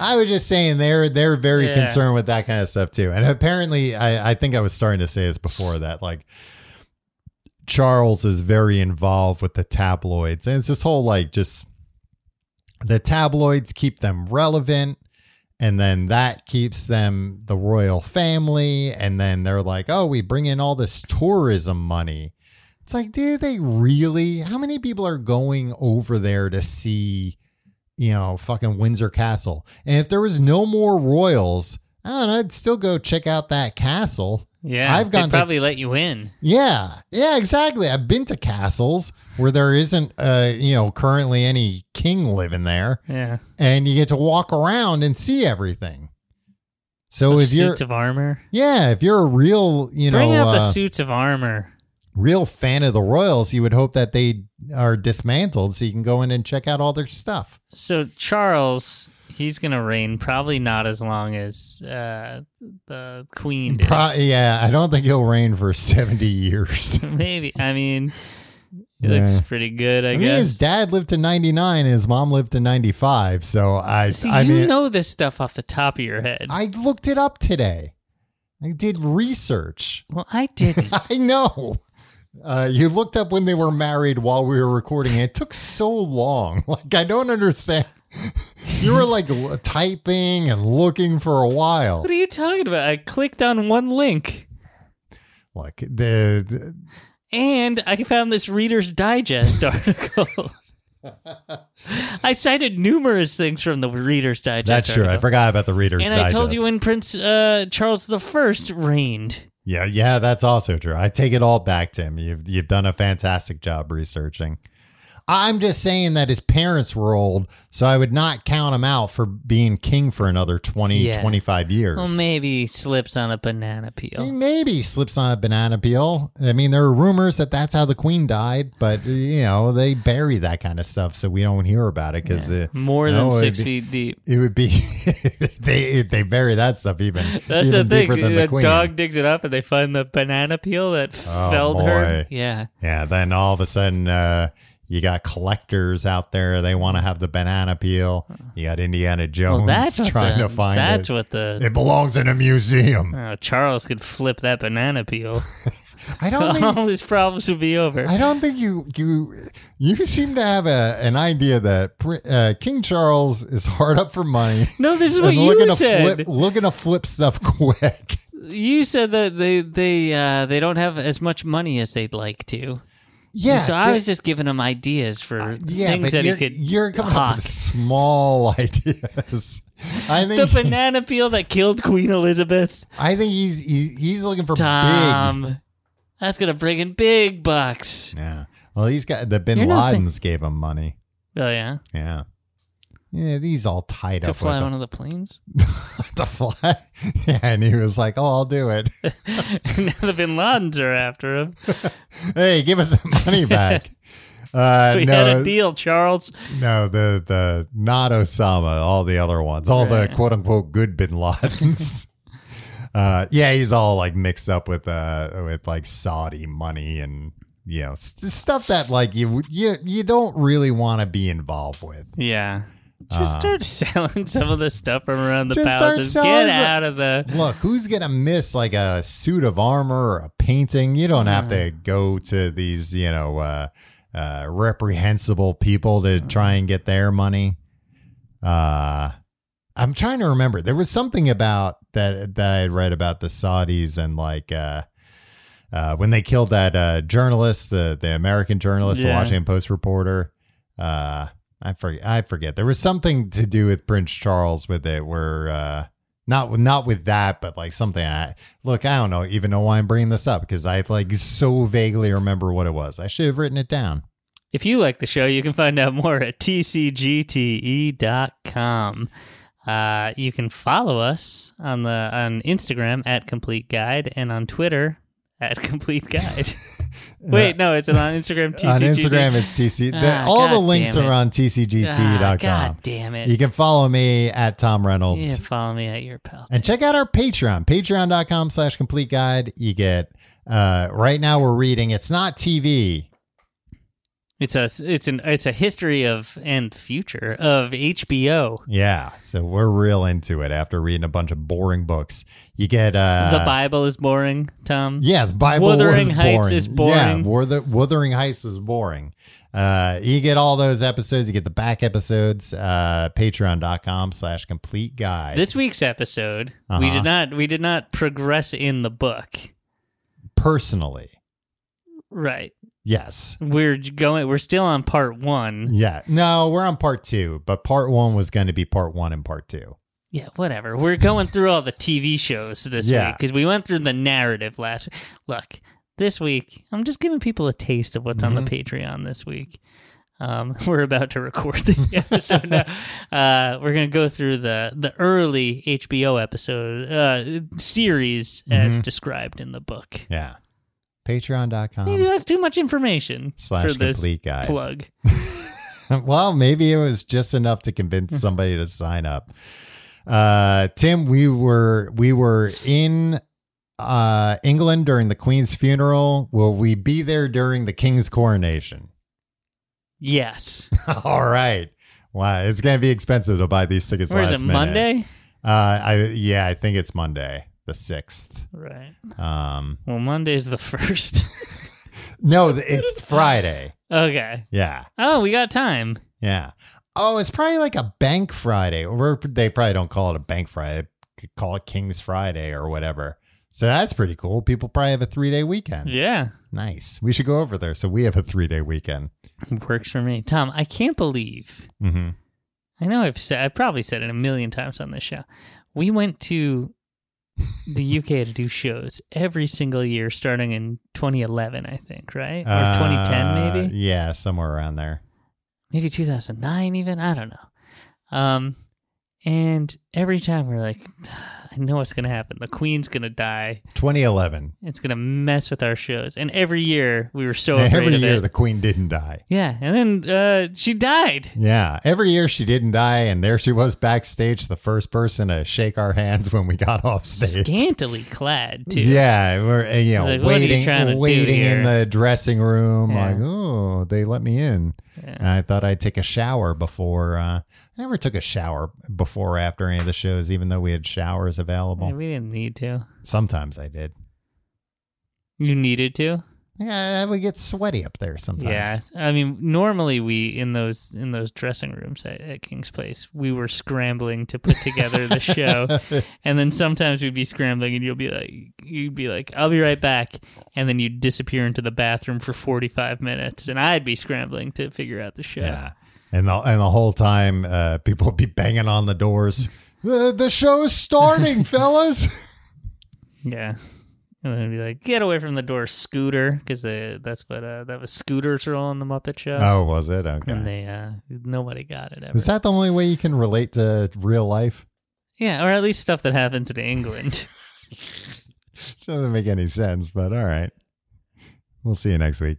S2: I was just saying they're they're very
S3: Yeah.
S2: concerned with that kind of stuff too. And apparently I, I think I was starting to say this before that like Charles is very involved with the tabloids. And it's this whole like just the tabloids keep them relevant and then that keeps them the royal family and then they're like, "Oh, we bring in all this tourism money." It's like, do they really? How many people are going over there to see you know, fucking Windsor Castle. And if there was no more royals, I don't know, I'd still go check out that castle.
S3: Yeah,
S2: I've
S3: they
S2: gone to-
S3: probably let you in.
S2: Yeah, yeah, exactly. I've been to castles where there isn't, uh, you know, currently any king living there,
S3: Yeah,
S2: and you get to walk around and see everything. So
S3: Those
S2: if you're,
S3: suits of armor.
S2: yeah, if you're a real, you
S3: Bring
S2: know,
S3: out the
S2: uh,
S3: suits of armor.
S2: real fan of the Royals, you would hope that they are dismantled so you can go in and check out all their stuff.
S3: So Charles, he's gonna reign probably not as long as uh, the Queen did.
S2: Pro- yeah, I don't think he'll reign for 70 years.
S3: Maybe. I mean, he
S2: Yeah.
S3: looks pretty good. I,
S2: I mean,
S3: guess.
S2: his dad lived to 99 and his mom lived to 95. So I,
S3: See,
S2: I
S3: you
S2: mean,
S3: know this stuff off the top of your head.
S2: I looked it up today. I did research.
S3: well, I didn't.
S2: I know. Uh, you looked up when they were married while we were recording. It took so long. Like, I don't understand. You were like l- typing and looking for a while.
S3: what are you talking about? I clicked on one link
S2: Like, the, the-
S3: and I found this Reader's Digest article. I cited numerous things from the Reader's Digest.
S2: that's true. I
S3: article.
S2: forgot about the Reader's
S3: And I told
S2: Digest.
S3: you when Prince uh, Charles the First reigned.
S2: yeah, yeah, that's also true. I take it all back, Tim. You've, you've done a fantastic job researching. I'm just saying that his parents were old, so I would not count him out for being king for another 20,
S3: Yeah.
S2: 25 years.
S3: Well, maybe he slips on a banana peel.
S2: He maybe slips on a banana peel. I mean, there are rumors that that's how the queen died, but you know they bury that kind of stuff, so we don't hear about it because it,
S3: More
S2: No,
S3: than
S2: it'd
S3: six
S2: be-
S3: feet deep.
S2: it would be they they bury that stuff even
S3: That's
S2: even
S3: the thing.
S2: deeper than
S3: The
S2: the queen.
S3: dog digs it up and they find the banana peel that
S2: Oh,
S3: felled her.
S2: boy.
S3: Yeah.
S2: Yeah, then all of a sudden uh, you got collectors out there. They want to have the banana peel. You got Indiana Jones
S3: Well, that's what
S2: trying to
S3: the-
S2: find
S3: That's
S2: it.
S3: what the
S2: it belongs in a museum.
S3: Oh, Charles could flip that banana peel.
S2: I don't think
S3: All his problems would be over.
S2: I don't think you you you seem to have a an idea that Pri- uh, King Charles is hard up for money.
S3: no, this is
S2: and
S3: what you
S2: to
S3: said.
S2: flip, looking to flip stuff quick.
S3: You said that they they uh, they don't have as much money as they'd like to.
S2: Yeah.
S3: so I
S2: th-
S3: was just giving him ideas for
S2: yeah,
S3: things
S2: but
S3: that he
S2: you're,
S3: could.
S2: you're coming up
S3: hawk.
S2: with small ideas. I
S3: The
S2: think
S3: banana peel that killed Queen Elizabeth.
S2: I think he's he, he's looking for
S3: Tom, that's gonna bring in big bucks.
S2: big. Yeah. Well, he's got the Bin
S3: You're not think-
S2: Ladens gave him money.
S3: Oh yeah,
S2: Yeah. Yeah, he's all tied
S3: to
S2: up
S3: fly
S2: with
S3: one of the planes.
S2: to fly. Yeah, and he was like, "Oh, I'll do it."
S3: now the Bin Ladens are after him.
S2: hey, give us the money back. Uh,
S3: We had
S2: no,
S3: a deal, Charles.
S2: no, the the not Osama, all the other ones, all
S3: Right.
S2: the quote unquote good Bin Ladens. uh, yeah, he's all like mixed up with uh with like Saudi money and you know st- stuff that like you you you don't really want to be involved with.
S3: Yeah. Just
S2: Uh,
S3: start selling some of the stuff from around the
S2: Just start
S3: palaces. Get
S2: selling the-
S3: out of the.
S2: Look, who's gonna miss like a suit of armor or a painting? You don't have to go to these, you know, uh, uh, reprehensible people to try and get their money. Uh, I'm trying to remember. There was something about that that I had read about the Saudis and like uh, uh, when they killed that uh, journalist, the the American journalist, the
S3: Yeah.
S2: Washington Post reporter. Uh, I forget. I forget. There was something to do with Prince Charles with it, where uh, not not with that, but like something. I look. I don't know even know why I'm bringing this up because I like so vaguely remember what it was. I should have written it down.
S3: If you like the show, you can find out more at tcgte.com. E Uh, you can follow us on the on Instagram at Complete Guide and on Twitter at Complete Guide. Wait, no, it's on Instagram. TCGT.
S2: Uh, on Instagram, it's TC. the,
S3: Ah,
S2: all the
S3: God
S2: links
S3: damn it.
S2: are on
S3: Ah,
S2: TCGT.com.
S3: God damn
S2: you
S3: it!
S2: can follow me at Tom Reynolds.
S3: Yeah, follow me at your pal.
S2: And check out our Patreon, patreon.com slash complete guide. You get, uh, right now we're reading, it's not TV.
S3: It's a it's an it's a history of and future of HBO.
S2: Yeah. So we're real into it after reading a bunch of boring books. You get, uh,
S3: the Bible is boring, Tom.
S2: Yeah, the Bible
S3: Wuthering
S2: was
S3: Heights
S2: boring.
S3: is boring.
S2: Yeah, Wuther- Wuthering Heights was boring. Uh, you get all those episodes. You get the back episodes. Uh, Patreon.com slash complete guide.
S3: This week's episode, we
S2: Uh-huh.
S3: did not we did not progress in the book.
S2: Personally,
S3: Right.
S2: yes.
S3: We're j- going we're still on part 1.
S2: Yeah. No, we're on part two, but part one was going to be part one and part two.
S3: Yeah, whatever. We're going through all the TV shows this
S2: Yeah.
S3: week cuz we went through the narrative last Look, this week I'm just giving people a taste of what's on the
S2: Mm-hmm.
S3: Patreon this week. Um, we're about to record the episode now. Uh, we're going to go through the the early
S2: Mm-hmm.
S3: HBO episode uh, series as described in the book.
S2: Yeah.
S3: Maybe
S2: Patreon.com
S3: that's too much information
S2: Um, slash
S3: for this
S2: complete guide.
S3: plug.
S2: well, maybe it was just enough to convince somebody to sign up. Uh, Tim, we were we were in uh, England during the Queen's funeral. Will we be there during the King's coronation?
S3: Yes.
S2: All right. Wow, it's gonna be expensive to buy these tickets.
S3: Where is
S2: last
S3: it?
S2: minute.
S3: Monday?
S2: Uh, I yeah, I think it's Monday the sixth.
S3: Right.
S2: Um,
S3: Well, Monday's the first.
S2: no, th- it's Friday.
S3: okay.
S2: Yeah,
S3: Oh, we got time.
S2: yeah. Oh, it's probably like a Bank Friday, or they probably don't call it a Bank Friday. They could call it King's Friday or whatever. So that's pretty cool. People probably have a three day weekend.
S3: Yeah.
S2: Nice. We should go over there. So we have a three day weekend.
S3: Works for me. Tom, I can't believe.
S2: hmm
S3: I know I've said, I've probably said it a million times on this show. We went to the UK to do shows every single year starting in 2011, I think, right? Or 2010, maybe?
S2: Uh, Yeah, somewhere around there.
S3: maybe 2009 even i don't know um and every time we're like i know what's gonna happen the queen's gonna die
S2: 2011.
S3: it's gonna mess with our shows and every year we were so afraid
S2: Every
S3: of
S2: year
S3: it
S2: the queen didn't die.
S3: yeah and then uh she died
S2: Yeah, every year she didn't die, and there she was backstage, the first person to shake our hands when we got off stage.
S3: scantily clad too
S2: Yeah, we're uh, you know
S3: It's like, what are you
S2: waiting,
S3: trying to do
S2: waiting in
S3: here?
S2: the dressing room.
S3: Yeah.
S2: Like, oh, they let me in.
S3: Yeah.
S2: And I thought I'd take a shower before. Uh, I never took a shower before or after any of the shows, even though we had showers available.
S3: Yeah, we didn't need to
S2: Sometimes I did.
S3: you needed to
S2: Yeah, I would get sweaty up there sometimes.
S3: yeah i mean normally we in those in those dressing rooms at, at king's place we were scrambling to put together the show And then sometimes we'd be scrambling, and you'll be like, you'd be like, "I'll be right back," and then you'd disappear into the bathroom for forty-five minutes, and I'd be scrambling to figure out the show.
S2: Yeah. And the and the whole time, uh, people would be banging on the doors. the the show's starting, fellas.
S3: Yeah. And then I'd be like, "Get away from the door, Scooter," because that's what uh, that was Scooter's role in the Muppet Show,
S2: Oh, was it? Okay.
S3: and they uh, nobody got it ever.
S2: Is that the only way you can relate to real life?
S3: yeah, or at least stuff that happens in England.
S2: Doesn't make any sense, but all right. We'll see you next week.